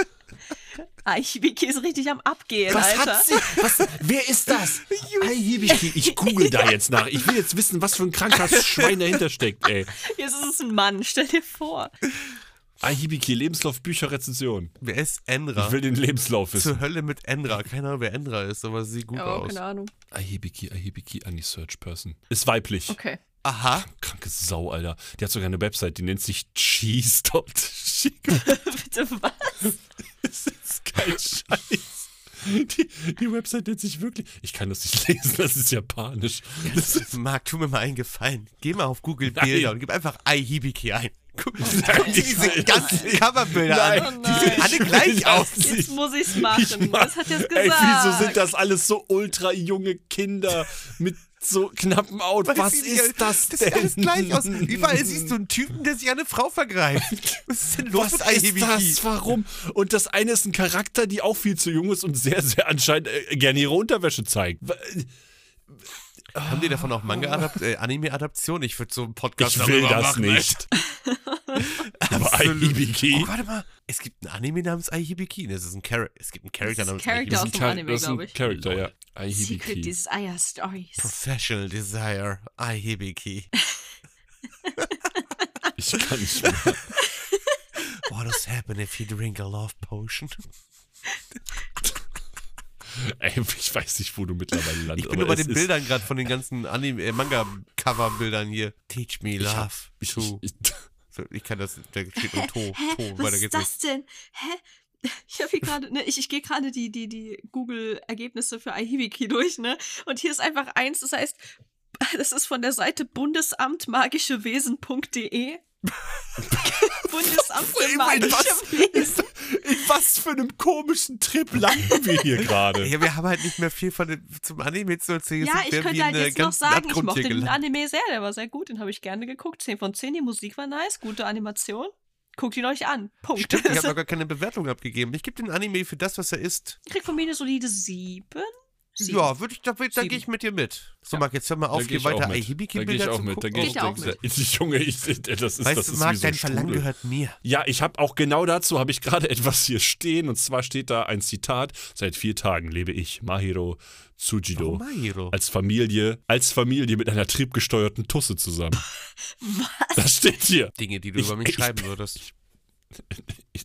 Aichibiki Ah, ist richtig am Abgehen, Was Alter. hat sie? Was, wer ist das? Aihibiki. Ich google da jetzt nach. Ich will jetzt wissen, was für ein krankes Schwein dahinter steckt, ey. Jetzt ist es ein Mann, stell dir vor. Aihibiki, Lebenslauf, Bücher, Rezension. Wer ist Enra? Ich will den Lebenslauf wissen. Zur Hölle mit Enra. Keine Ahnung, wer Enra ist, aber sie sieht gut Oh, aus. keine Ahnung. Aihibiki, Aihibiki, Ani-Search Person. Ist weiblich. Okay. Aha. Kranke Sau, Alter. Die hat sogar eine Website, die nennt sich Cheese. Das Bitte was? ist kein Scheiß. Die, die Website nennt sich wirklich. Ich kann das nicht lesen, das ist japanisch. Das ist, Marc, tu mir mal einen Gefallen. Geh mal auf Google Nein. Bilder und gib einfach Aihibiki ein. Guck Nein, diese nein. ganzen Coverbilder Oh an. Die nein. sehen alle gleich aus. Jetzt muss ich's Ich machen. mag- Was hat jetzt gesagt? Ey, wieso sind das alles so ultra junge Kinder mit so knappen Outfit? Weiß Was ich nicht, ist das Das denn? sieht alles gleich aus. Überall siehst du einen Typen, der sich an eine Frau vergreift. Was ist denn los Was mit ist das? Aihibiki? Warum? Und das eine ist ein Charakter, die auch viel zu jung ist und sehr, sehr anscheinend äh, gerne ihre Unterwäsche zeigt. Wa- Haben die davon auch Manga-Adapt- äh, Anime-Adaption? Ich würde so einen Podcast Ich will darüber das machen, ne? nicht. Aber Absolut. Aihibiki. Oh, warte mal. Es gibt einen Anime namens Aihibiki. Das ist ein Char es gibt einen Charakter Das ist namens ein Charakter Aihibiki. Das aus ist dem ein Char- Anime, das ist ein Charakter, ja. glaub ich. Secret Aihibiki. Desire Stories. Professional Desire Aihibiki. Ich kann nicht mehr. What's happen if you drink a love potion? Ey, ich weiß nicht, wo du mittlerweile landest. Ich bin nur aber bei es den ist- Bildern gerade von den ganzen Anime äh, Manga Cover Bildern hier. Teach me Ich hab- love. Ich, ich, to. ich, So, ich kann das da steht nur to, Hä? to, Was weiter ist geht's nicht. das denn? Hä? Ich habe hier gerade, ne, ich, ich gehe gerade die, die, die Google-Ergebnisse für Aihibiki durch, ne? Und hier ist einfach eins, das heißt, das ist von der Seite bundesamtmagischewesen.de. Ey, Bundesamt für mein, magische was Wesen. ist, in was für einem komischen Trip landen wir hier gerade? Ja, wir haben halt nicht mehr viel von dem, zum Anime zu erzählen. Ja, Jetzt sind ich wir wie könnte halt in der jetzt noch ganzen sagen, ich Abgrund mochte hier den gelandet. Anime sehr, der war sehr gut, den habe ich gerne geguckt. 10 von 10, die Musik war nice, gute Animation. Guckt ihn euch an. Punkt. Stimmt, ich habe noch gar keine Bewertung abgegeben. Ich gebe den Anime für das, was er ist. Kriegt von mir eine solide 7. Ja, würde ich, da, da gehe ich Sieben. mit dir mit. So, Ja. Marc, jetzt hör mal auf, hier weiter Aihibiki-Bilder zu gucken. geh ich auch mit. Junge, ich, das ist, das Weißt du, ist wie Marc, so ein dein Verlangen Strudel. gehört mir. Ja, ich habe auch genau dazu habe ich gerade etwas hier stehen und zwar steht da ein Zitat: Seit vier Tagen lebe ich Mahiro Tsujido Warum Mahiro? als Familie als Familie mit einer triebgesteuerten Tusse zusammen. Was? Das steht hier. Dinge, die du Ich- über mich ich- schreiben würdest.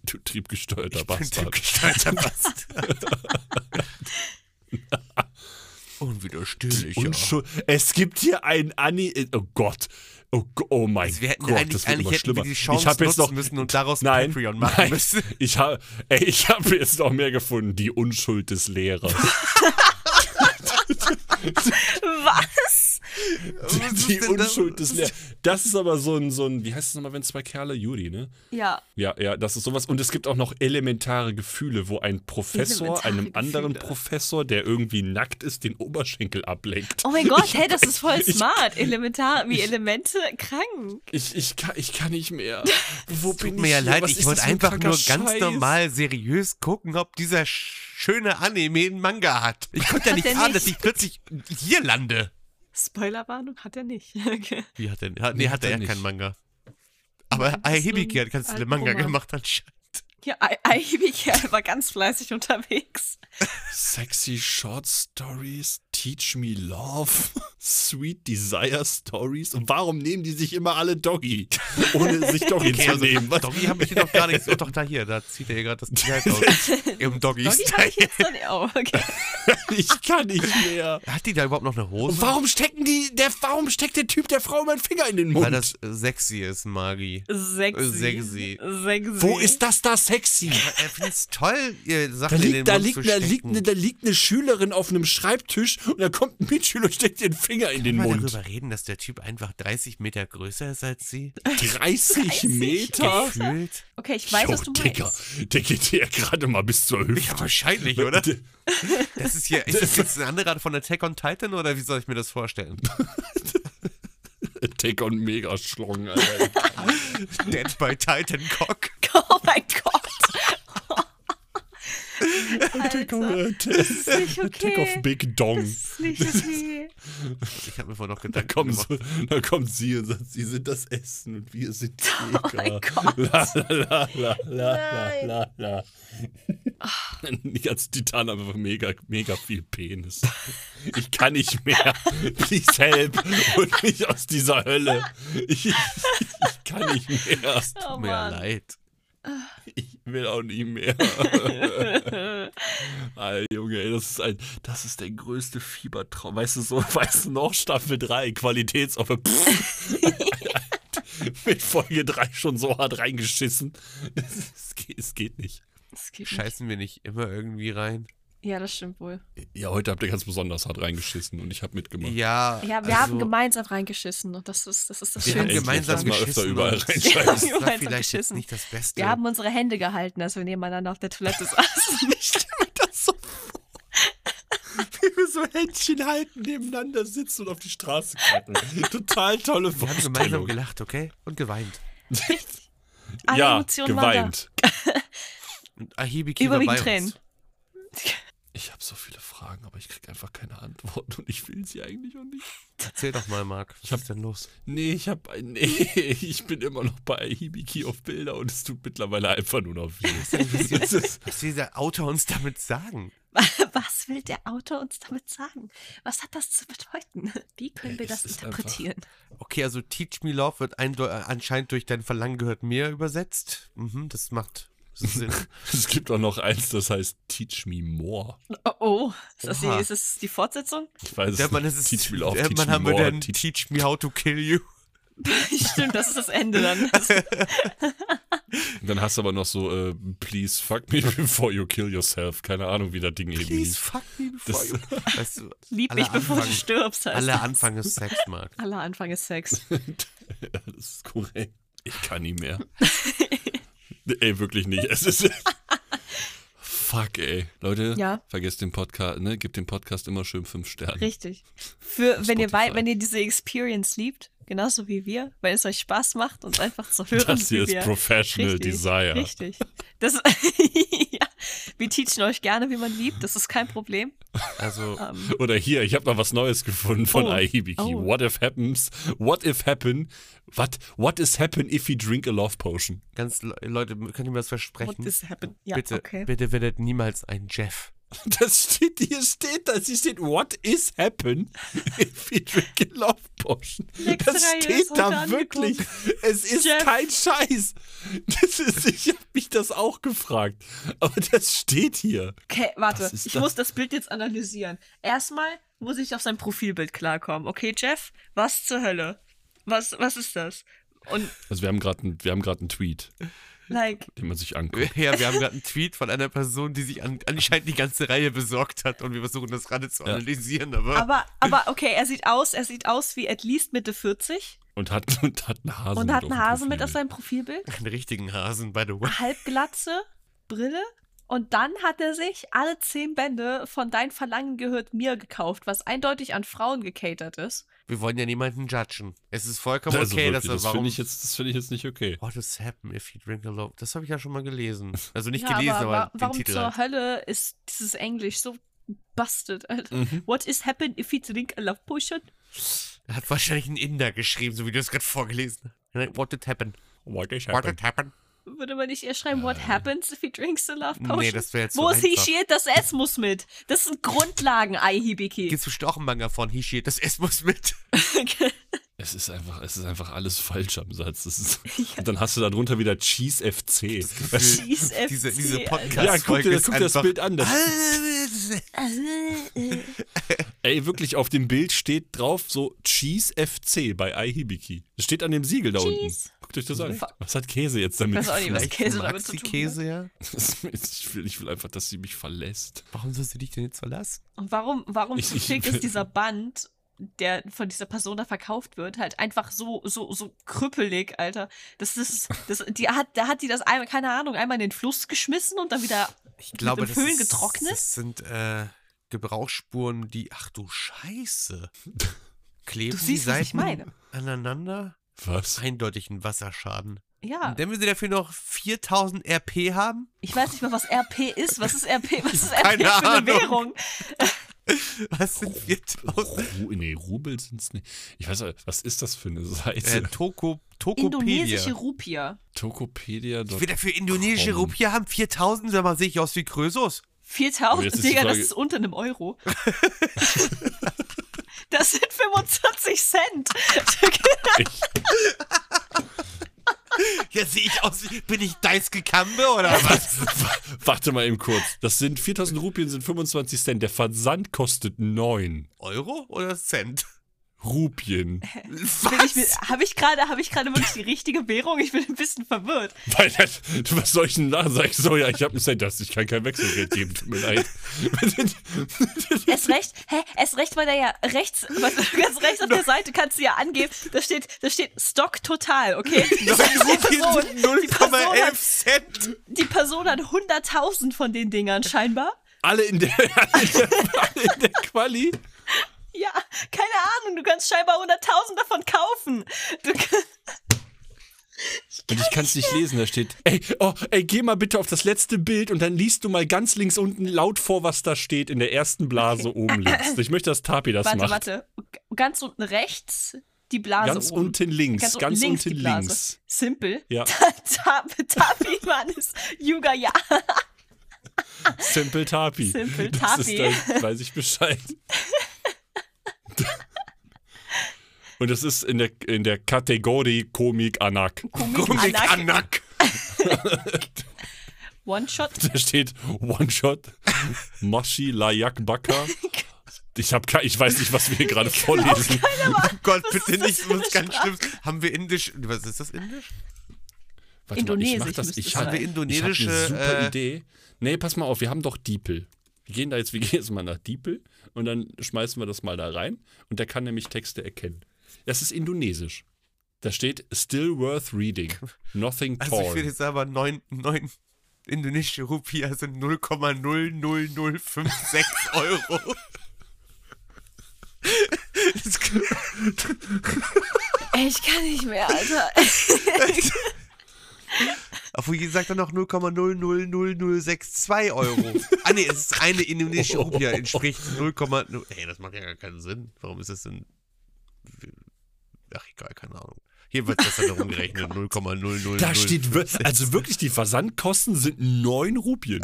Du triebgesteuerter Ich bin Bastard. triebgesteuerter Bastard. Unwiderstehlich, ja. Unschuld. Es gibt hier ein Anni. Oh Gott. Oh, Go- oh mein Also wir hätten Gott, eigentlich, das wird eigentlich immer hätten wir schlimmer. die Chance ich habe jetzt nutzen noch müssen und daraus nein, Patreon machen nein, müssen. Ich habe ich hab jetzt noch mehr gefunden. Die Unschuld des Lehrers. Was? ist die denn das? Unschuld des Lehrers. Das ist aber so ein, so ein, wie heißt es nochmal, wenn zwei Kerle, Juri, ne? Ja, Ja, ja, das ist sowas. Und es gibt auch noch elementare Gefühle, wo ein Professor Elementare einem anderen Gefühle. Professor, der irgendwie nackt ist, den Oberschenkel ableckt. Oh mein Gott, hey, das ist voll Ich- smart. Elementar, wie Elemente, krank. Ich, ich, kann, ich kann nicht mehr. Wo Es tut mir ja hier? leid, Was ich ist wollte das für ein einfach kranker nur ganz Scheiß? normal seriös gucken, ob dieser sch- schöne Anime einen Manga hat. Ich konnte ja Hat nicht er ahnen, dass ich nicht. plötzlich hier lande. Spoilerwarnung hat er nicht. Okay. Wie hat er? Hat, nee, Nee, hat er ja nicht. keinen Manga. Aber das ist Aihibiki nur ein hat ganz viele alter Manga Roman. gemacht anscheinend. Ja, Ai- Aibi-Kerl war ganz fleißig unterwegs. Sexy Short Stories, Teach Me Love, Sweet Desire Stories. Und warum nehmen die sich immer alle Doggy? Ohne sich Doggy zu nehmen. Was? Also, Doggy habe ich hier doch gar nichts. Oh, doch, da hier, da zieht er hier gerade das Kleid aus. Im Doggy hab Doggy-Style. ich jetzt dann auch. Okay. Ich kann nicht mehr. Hat die da überhaupt noch eine Hose? Und warum stecken die, der, warum steckt der Typ der Frau meinen Finger in den Mund? Weil das äh, sexy ist, Magi. Äh, Sexy. Sexy. Sexy. Wo ist das da sexy? Er find's toll, ihr Da Sachen in liegt, den da, Mund liegt, zu da, liegt stecken. eine, da liegt eine Schülerin auf einem Schreibtisch und da kommt ein Mitschüler und steckt den Finger in den Können wir Mund. darüber reden, dass der Typ einfach 30 Meter größer ist als sie? 30 Meter? Gefühlt? Okay, ich weiß, was du Dicker, meinst. der geht dir ja gerade mal bis zur Hüfte. Ja, ne? wahrscheinlich, oder? Das ist hier, ist das jetzt eine andere Art von Attack on Titan oder wie soll ich mir das vorstellen? Take on mega schlong, Alter. Dead by Titan Cock. Oh mein Gott. Take, seltsam. a, Das ist nicht take okay. off Big Dong. Das ist nicht okay. Ich habe mir vorhin noch Da Gedanken kommen, gemacht. so, da kommen sie und sagt, sie sind das Essen und wir sind die Oh mein Jäger. Gott. La, la, la, la, Nein. Ah. la, la, la. Die ganzen Titanen haben einfach mega, mega viel Penis. Ich kann nicht mehr. Please help. Und mich aus dieser Hölle. Ich, ich, ich kann nicht mehr. Oh Mir ja Mann. leid. Ich will auch nie mehr. Ey, Junge, ey, das ist ein, das ist der größte Fiebertraum. Weißt du so, weißt du noch, Staffel 3, Qualitätsoffer. Pff. Mit Folge 3 schon so hart reingeschissen. Es geht, es geht nicht. Das geht nicht. Scheißen wir nicht immer irgendwie rein? Ja, das stimmt wohl. Ja, heute habt ihr ganz besonders hart reingeschissen und ich habe mitgemacht. Ja. Ja, also, wir haben gemeinsam reingeschissen und das ist das, ist das wir haben Schönste. gemeinsam lass mal öfter geschissen. überall und reinscheißen. das war Wir haben gemeinsam vielleicht jetzt geschissen. nicht das Beste. Wir haben unsere Hände gehalten, als wir nebeneinander auf der Toilette saßen. Ich stelle mir das so vor. Wie wir so Händchen halten, nebeneinander sitzen und auf die Straße gucken. Total tolle Wir haben gemeinsam Vorstellung. gelacht, okay? Und geweint. Alle Ja, Emotionen waren da. geweint. Und Ahibiki war Überwiegend bei Tränen. uns. Ich habe so viele Fragen, aber ich krieg einfach keine Antworten und ich will sie eigentlich auch nicht. Erzähl doch mal, Marc. Was ist denn los? Nee, ich habe nee, ich bin immer noch bei Hibiki auf Bilder und es tut mittlerweile einfach nur noch weh. Es ist, Was will der Autor uns damit sagen? Was will der Autor uns damit sagen? Was hat das zu bedeuten? Wie können Ja, wir es das ist interpretieren? Okay, also Teach Me Love wird eindeu- anscheinend durch dein Verlangen gehört mir übersetzt. Mhm, das macht Sinn. es gibt auch noch eins, das heißt Teach Me More. Oh, oh. Ist, das Oha. die, ist das die Fortsetzung? Ich weiß Der es Mann nicht. ist es. Teach Me Love, der Teach Mann Me haben wir More, dann Teach- Teach Me How to Kill You. Stimmt, das ist das Ende dann. Und dann hast du aber noch so äh, Please fuck me before you kill yourself. Keine Ahnung, wie das Ding eben Please hieß. fuck me before Das- you. um. Weißt du, Lieb alle mich, bevor du Anfang- stirbst. Heißt Aller das. Anfang ist Sex, Marc. Aller Anfang ist Sex. Ja, das ist korrekt. Ich kann nie mehr. ey, wirklich nicht. Es ist. Fuck, ey. Leute, Ja. vergesst den Podcast, ne? Gebt dem Podcast immer schön fünf Sterne. Richtig. Für, wenn, ihr, wei- Spotify. wenn ihr diese Experience liebt, genauso wie wir, wenn es euch Spaß macht und einfach zu hören. Das hier wie ist wir. Professional Richtig, Desire. Richtig. Das, ja. Wir teachen euch gerne, wie man liebt. Das ist kein Problem. Ähm, Also, Ah. Oder hier, ich habe mal was Neues gefunden von Oh. Aibiki. Oh. What if happens? What if happen? What, what is happen if you drink a love potion? ganz le- Leute, könnt ihr mir das What versprechen? is happen? Ja, bitte, okay. bitte werdet niemals ein Jeff. Das steht, hier steht das. Hier steht, what is happen if you drink a love potion? Nächste das Reihe steht ist heute da wirklich. Es ist Jeff. kein Scheiß. Das ist, ich habe mich das auch gefragt. Aber das steht hier. Okay, warte. Was ist Ich das? muss das Bild jetzt analysieren. Erstmal muss ich auf sein Profilbild klarkommen. Okay, Jeff, was zur Hölle? Was, was ist das? Und, Also wir haben gerade einen ein Tweet, like, den man sich anguckt. Ja, wir haben gerade einen Tweet von einer Person, die sich an, anscheinend die ganze Reihe besorgt hat und wir versuchen das gerade zu analysieren, aber, aber, aber okay, er sieht aus, er sieht aus wie at least Mitte 40 Und hat, und hat einen Hasen und hat einen Hasen mit auf seinem. seinem Profilbild. einen richtigen Hasen, by the way. Halbglatze, Brille. Und dann hat er sich alle zehn Bände von Dein Verlangen gehört mir gekauft, was eindeutig an Frauen gecatert ist. Wir wollen ja niemanden judgen. Es ist vollkommen Also okay, wirklich, dass er das warum. finde ich, jetzt- das find ich jetzt nicht okay. What is happen if you drink alone? Das habe ich ja schon mal gelesen. Also nicht Ja, gelesen, aber, aber, wa- den warum Titel. zur halt. Hölle ist dieses Englisch so busted, Alter? Mhm. What is happen if you drink a love potion? Er hat wahrscheinlich einen Inder geschrieben, so wie du es gerade vorgelesen hast. What did happen? What is What did happen? Würde man nicht eher schreiben, what happens if he drinks a love potion? Äh. Nee, das wäre jetzt Wo so es einfach. Hishiert das S muss mit? Das sind Grundlagen, Ai Hibiki. Gibt's bestimmt auch einen Manga von Hishi, das S muss mit. Es ist einfach, es ist einfach alles falsch am Satz. Das ist, Und dann hast du darunter wieder Cheese FC. Weißt du, Cheese FC, diese diese Alter. ja, guck Podcast-Folge dir, ist guck dir das einfach... Bild an. Das, Äh, äh. ey, wirklich, auf dem Bild steht drauf so Cheese FC bei iHibiki. Das steht an dem Siegel da Cheese. unten. Guckt euch das an. Was hat Käse jetzt damit? Ich weiß auch nicht, was- zu Käse damit zu tun hat. Maxi-Käse, ja? tun? ich, will, ich will einfach, dass sie mich verlässt. Warum soll sie dich denn jetzt verlassen? Und warum, warum Ich- zum ich- Fick ist dieser Band, der von dieser Person da verkauft wird, halt einfach so, so, so krüppelig, Alter. Das ist, das, die hat, da hat die das einmal, keine Ahnung, einmal in den Fluss geschmissen und dann wieder Ich glaube, mit das, dem Föhn ist, getrocknet. das sind äh, Gebrauchsspuren, die... Ach du Scheiße. Kleben Du die siehst, was ich Seiten meine. aneinander? Was? Eindeutig ein Wasserschaden. Ja, Und dann will sie dafür noch 4000 RP haben? ich weiß nicht mal, was RP ist. Was ist RP? Was ist RP Keine für eine Ahnung. Währung? Was sind 4000? Ru nee, Rubel sind es nicht. Ich weiß nicht, was ist das für eine Äh, Seite? Toko, Tokopedia. Indonesische Ich Rupia. Tokopedia. will dafür indonesische Rupie haben, 4000, sag mal, sehe ich aus wie Krösus. Aber jetzt ist die 4000, Digga, das Frage- ist unter einem Euro. das sind 25 Cent. Ja, sehe ich aus wie, bin ich Daisuke Kambe oder was? Warte mal eben kurz. Das sind 4000 Rupien, sind 25 Cent. Der Versand kostet 9 Euro oder Cent? Rupien. Bin ich mit- Habe ich gerade hab ich gerade wirklich die richtige Währung? Ich bin ein bisschen verwirrt. Weil das, du was soll ich denn da sagen? So, ja, ich habe einen Cent, das, ich kann kein Wechselgeld geben, tut mir leid. Es recht, hä? Es recht, weil da ja rechts, was, ganz rechts auf der Seite kannst du ja angeben, da steht, da steht Stock total, okay? Das Neun heißt, die Rupien Person, sind die Person 0,11 hat, Cent. die Person hat 100.000 von den Dingern scheinbar. Alle in der, alle in der, alle in der Quali. Ja, keine Ahnung, du kannst scheinbar 100.000 davon kaufen. Du, Und ich kann es nicht lesen, da steht. Ey, oh, ey, geh mal bitte auf das letzte Bild und dann liest du mal ganz links unten laut vor, was da steht in der ersten Blase oben links. Ich möchte, dass Tapi das warte, macht. warte. Ganz unten rechts die Blase ganz oben. unten links, ganz, unten die Blase. links. Simple. Ja. Ta- Tapi, Mann, ist Yuga, ja. Simple Tapi. Simple Das ist Tapi. dann, weiß ich Bescheid. Und das ist in der, in der Kategorie Komik Anak. Komik Anak. Anak. One-Shot. Da steht One Shot, Moshi Layak Baka. Ich, hab, ke- ich weiß nicht, was wir hier gerade vorlesen. Oh Gott, Was ist bitte das nicht, für das eine ist ganz schlimm. Haben wir indisch, was ist das indisch? Warte Indonesisch mal, ich mach das. müsste es Ich sein. habe Haben wir Ich hab indonesische, eine super äh, Idee. Nee, pass mal auf, wir haben doch Diepel. Wir gehen da jetzt, wir gehen jetzt mal nach Diepel und dann schmeißen wir das mal da rein und der kann nämlich Texte erkennen. Das ist Indonesisch. Da steht still worth reading, nothing Also ich will torn. jetzt aber 9, 9 indonesische Rupie, also 0,00056 Euro. Das kann- Ey, ich kann nicht mehr, Alter. Obwohl, ihr sagt dann noch 0,000062 Euro. ah nee, es ist eine indonesische Rupie, entspricht 0,0... Ey, das macht ja gar keinen Sinn. Warum ist das denn... Ach egal, keine Ahnung. Hier wird das dann umgerechnet, 0,000... Da steht, wir- also wirklich, die Versandkosten sind 9 Rupien.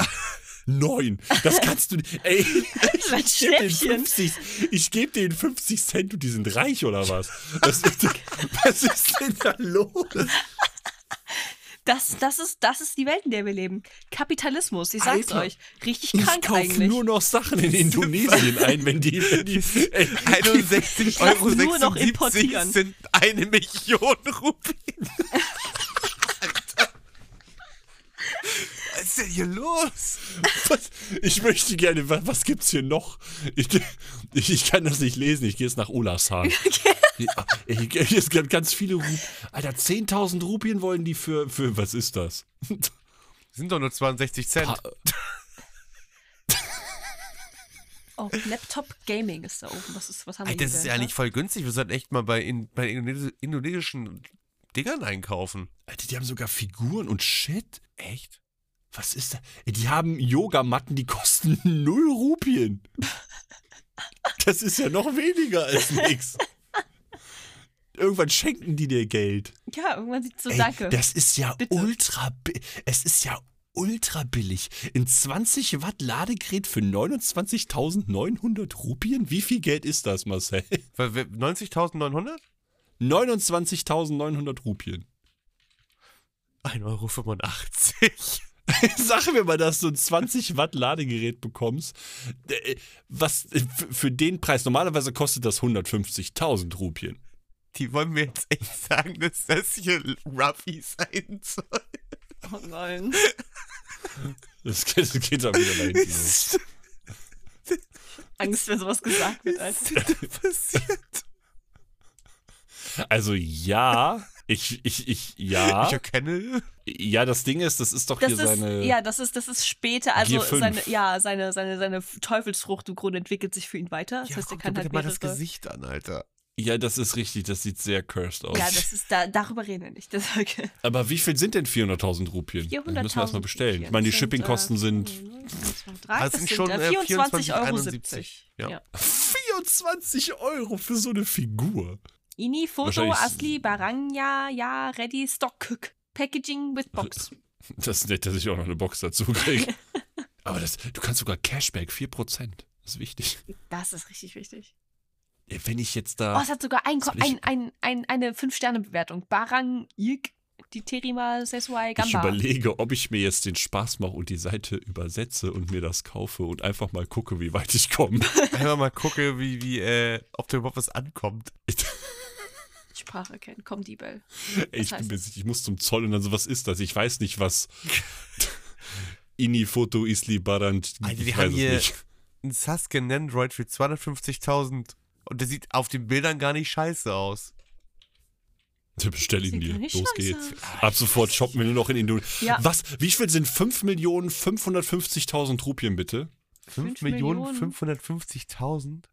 9. Das kannst du nicht. Ey, Mein ich gebe denen Schnäppchen. 50, ich geb denen 50 Cent und die sind reich oder was? Was ist, denn- was ist denn da los? Das, das, ist, das ist die Welt, in der wir leben. Kapitalismus, ich sag's Alter, euch. Richtig Ich krank kaufe eigentlich. nur noch Sachen in Indonesien ein, wenn die. Wenn die ey, Also, 61 darf Euro nur noch 76 importieren. sind eine Million Rupien. Alter. Was ist denn hier los? was, ich möchte gerne. Was, was gibt's hier noch? Ich, ich, ich kann das nicht lesen. Ich gehe jetzt nach Olasan. Ja, ey, Hier sind ganz viele Rupien. Alter, 10.000 Rupien wollen die für, für. Was ist das? Sind doch nur 62 Cent. Pa- Oh, Laptop Gaming ist da oben. Was, ist, was haben Ey, wir das ist ja eigentlich voll günstig. Wir sollten echt mal bei, in, bei Indonesi indonesischen Dingern einkaufen. Alter, die haben sogar Figuren und Shit. Echt? Was ist da? Ey, Die haben Yogamatten, die kosten 0 Rupien. Das ist ja noch weniger als nix. Irgendwann schenken die dir Geld. Ja, irgendwann sieht so, Ey, danke. Das ist ja Bitte. ultra bi- es ist ja ultra billig. Ein 20 Watt Ladegerät für 29.900 Rupien? Wie viel Geld ist das, Marcel? Weil wir- 90.900? 29.900 Rupien. 1,85 Euro. Sag mir mal, dass du ein 20 Watt Ladegerät bekommst. Äh, Was äh, f- für den Preis? Normalerweise kostet das 150.000 Rupien. Die wollen mir jetzt echt sagen, dass das hier Ruffy sein soll. oh nein. Das geht, das geht dann wieder dahin. los. Angst, wenn sowas gesagt wird, Alter. passiert? Also ja, ich, ich, ich, ja. Ah? Ich erkenne. Ja, das Ding ist, das ist doch Das hier ist, seine. ja, das ist, das ist später, also Gear fünf. seine, ja, seine, seine, seine Teufelsfrucht im Grunde entwickelt sich für ihn weiter. Das heißt, er guck kann dir halt bitte mal das mehrere. Gesicht an, Alter. Ja, das ist richtig. Das sieht sehr cursed aus. Ja, das ist da, darüber reden wir nicht. Das ist okay. Aber wie viel sind denn 400.000 Rupien? Das müssen wir erstmal bestellen. Ich meine, die äh, Shippingkosten hm. sind Ah, Das Das sind sind schon, äh, 24,71 Euro. 74. Ja. Ja. 24 Euro für so eine Figur. Ini, Foto, Wahrscheinlich- Asli, Baranga, ja, ready, stock, packaging with Also box. Das ist nett, dass ich auch noch eine Box dazu kriege. Aber das, du kannst sogar Cashback, 4%. Das ist wichtig. Das ist richtig wichtig. Wenn ich jetzt Oh, da. es hat sogar ein, Ah, das will ich- ein, ein, ein, eine 5-Sterne-Bewertung. Barang, Yik, die Terima, Sesuai, Ich Gamba. überlege, ob ich mir jetzt den Spaß mache und die Seite übersetze und mir das kaufe und einfach mal gucke, wie weit ich komme. Einmal mal gucke, wie, wie, äh, ob da überhaupt was ankommt. Sprache kennen, Comedy Bell. Ey, ich, Was bin heißt mir sicher, ich muss zum Zoll und dann so, was ist das? Ich weiß nicht, was. Ini Foto Isli Barant. Also, Alter, die ich haben weiß es hier- nicht. Ein Sasken Android für 250.000. Und der sieht auf den Bildern gar nicht scheiße aus. Dann Bestell ihn Sieht dir. gar nicht Los scheiße Ah, geht's. Ab sofort shoppen wir nur noch in Indonesien. Ja. Was? Wie viel sind 5.550.000 Rupien bitte? 5 Fünf Millionen Millionen. 550.000?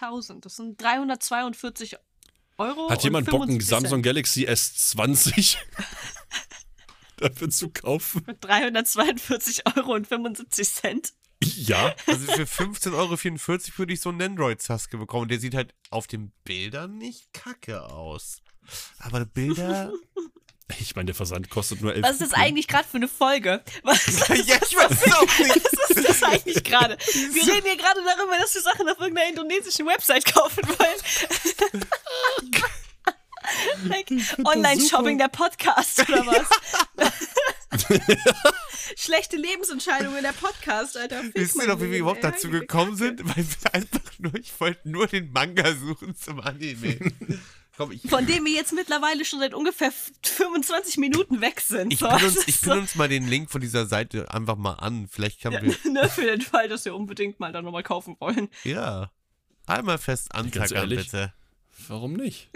550.000. Das sind 342 Euro. Hat jemand und Bock, einen 75 Cent. Samsung Galaxy S20 dafür zu kaufen? Mit 342 Euro und 75 Cent. Ja. Also für 15,44 Euro würde ich so einen Android-Saske bekommen. Der sieht halt auf den Bildern nicht kacke aus. Aber Bilder. Ich meine, der Versand kostet nur 11 Was ist das Rupien. eigentlich gerade für eine Folge? Was, ja, ich weiß es auch nicht. was ist das eigentlich gerade? Wir reden hier gerade darüber, dass wir Sachen auf irgendeiner indonesischen Website kaufen wollen. like Online-Shopping der Podcast oder was? Schlechte Lebensentscheidungen der Podcast, Alter. Fick Wisst ihr mein noch, wie Leben, wir überhaupt ey. dazu gekommen sind? Weil wir einfach nur, ich wollte nur den Manga suchen zum Anime. Komm, ich, Von dem wir jetzt mittlerweile schon seit ungefähr 25 Minuten weg sind. ich, So, bin das uns, ist ich so- bin uns mal den Link von dieser Seite einfach mal an. Vielleicht haben wir. ne, für den Fall, dass wir unbedingt mal da nochmal kaufen wollen. Ja. Einmal fest Antrag an, ehrlich? bitte. Warum nicht?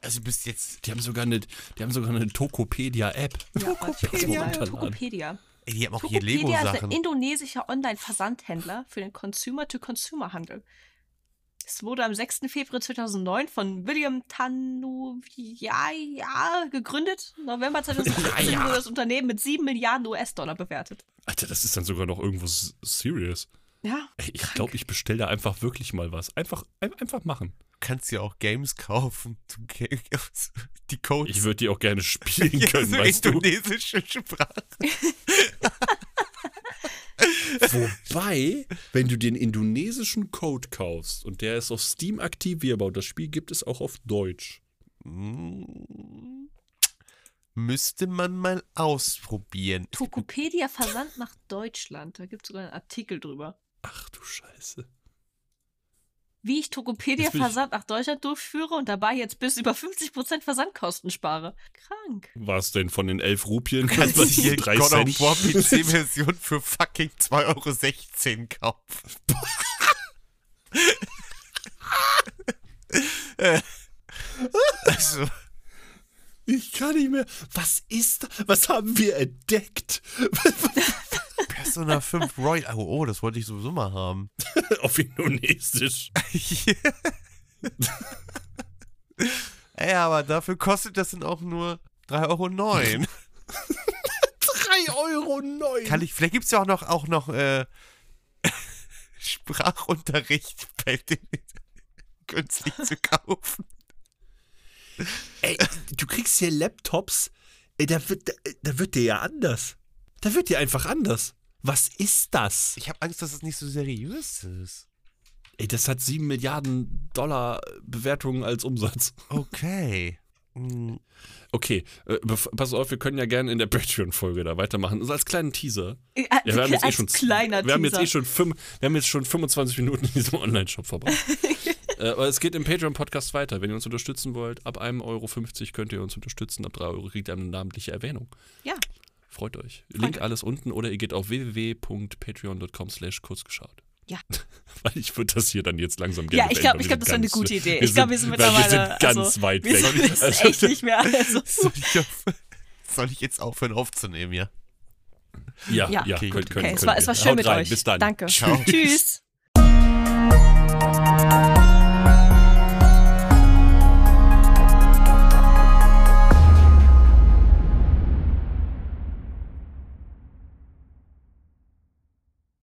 Also bis jetzt. Die haben sogar eine, die haben sogar eine Tokopedia-App. Tokopedia. Tokopedia. Tokopedia. Ey, die haben auch hier Tokopedia ist ein Lego-Sachen. indonesischer Online-Versandhändler für den Consumer-to-Consumer-Handel. Es wurde am 6. Februar 2009 von William Tanuviaya gegründet. November 2018 wurde das Unternehmen mit 7 Milliarden US-Dollar bewertet. Alter, das ist dann sogar noch irgendwo s- serious. Ja, Ey, Ich glaube, ich bestelle da einfach wirklich mal was. Einfach, ein, einfach machen. Du kannst ja auch Games kaufen. Du Ga- Die Codes. Ich würde die auch gerne spielen Ja, können, so weißt du. indonesische Sprache. Wobei, wenn du den indonesischen Code kaufst und der ist auf Steam aktivierbar und das Spiel gibt es auch auf Deutsch. Hm. Müsste man mal ausprobieren. Tokopedia Versand nach Deutschland. Da gibt es sogar einen Artikel drüber. Ach du Scheiße. Wie ich Tokopedia Jetzt bin ich- Versand nach Deutschland durchführe und dabei jetzt bis über 50% Versandkosten spare. Krank. Was denn von den 11 Rupien? Kannst du Was hier drei God of Cent? War PC-Version für fucking 2,16 Euro kaufen? Äh, also, Ich kann nicht mehr. Was ist da? Was haben wir entdeckt? Persona 5 Royal. Oh, oh, das wollte ich sowieso mal haben. auf Indonesisch. Ey, aber dafür kostet das dann auch nur 3,09 Euro. 3,09 Euro. Neu. Kann ich, vielleicht gibt es ja auch noch, auch noch äh, Sprachunterricht bei den günstig zu kaufen. Ey, du kriegst hier Laptops, ey, da wird, da, da wird dir ja anders. Da wird dir einfach anders. Was ist das? Ich habe Angst, dass es nicht so seriös ist. Ey, das hat 7 Milliarden Dollar Bewertungen als Umsatz. Okay. Hm, Okay, äh, bef- pass auf, wir können ja gerne in der Patreon-Folge da weitermachen. Also als kleinen Teaser. Äh, Ja, wir haben jetzt eh als schon, kleiner wir haben jetzt Teaser. eh schon, fünf, wir haben jetzt schon 25 Minuten in diesem Online-Shop verbracht. äh, aber es geht im Patreon-Podcast weiter. Wenn ihr uns unterstützen wollt, ab 1,50 Euro könnt ihr uns unterstützen. Ab 3 Euro kriegt ihr eine namentliche Erwähnung. Ja. Freut euch. Link alles unten oder ihr geht auf www.patreon.com slash kurzgeschaut. Ja. Weil ich würde das hier dann jetzt langsam gerne Ja, ich beenden, glaube, ich weil glaube, das war eine ganz- gute Idee. Ich glaube, wir sind weil mittlerweile. Wir sind ganz also, weit wir sind weg. jetzt echt nicht mehr. Also, soll, ich auf, soll ich jetzt aufhören aufzunehmen, ja? ja, ja, Ja. Okay, könnt, gut. könnt, okay, könnt es war, ihr. es war schön Haut mit rein. euch. Bis dann. Danke. Ciao. Tschüss.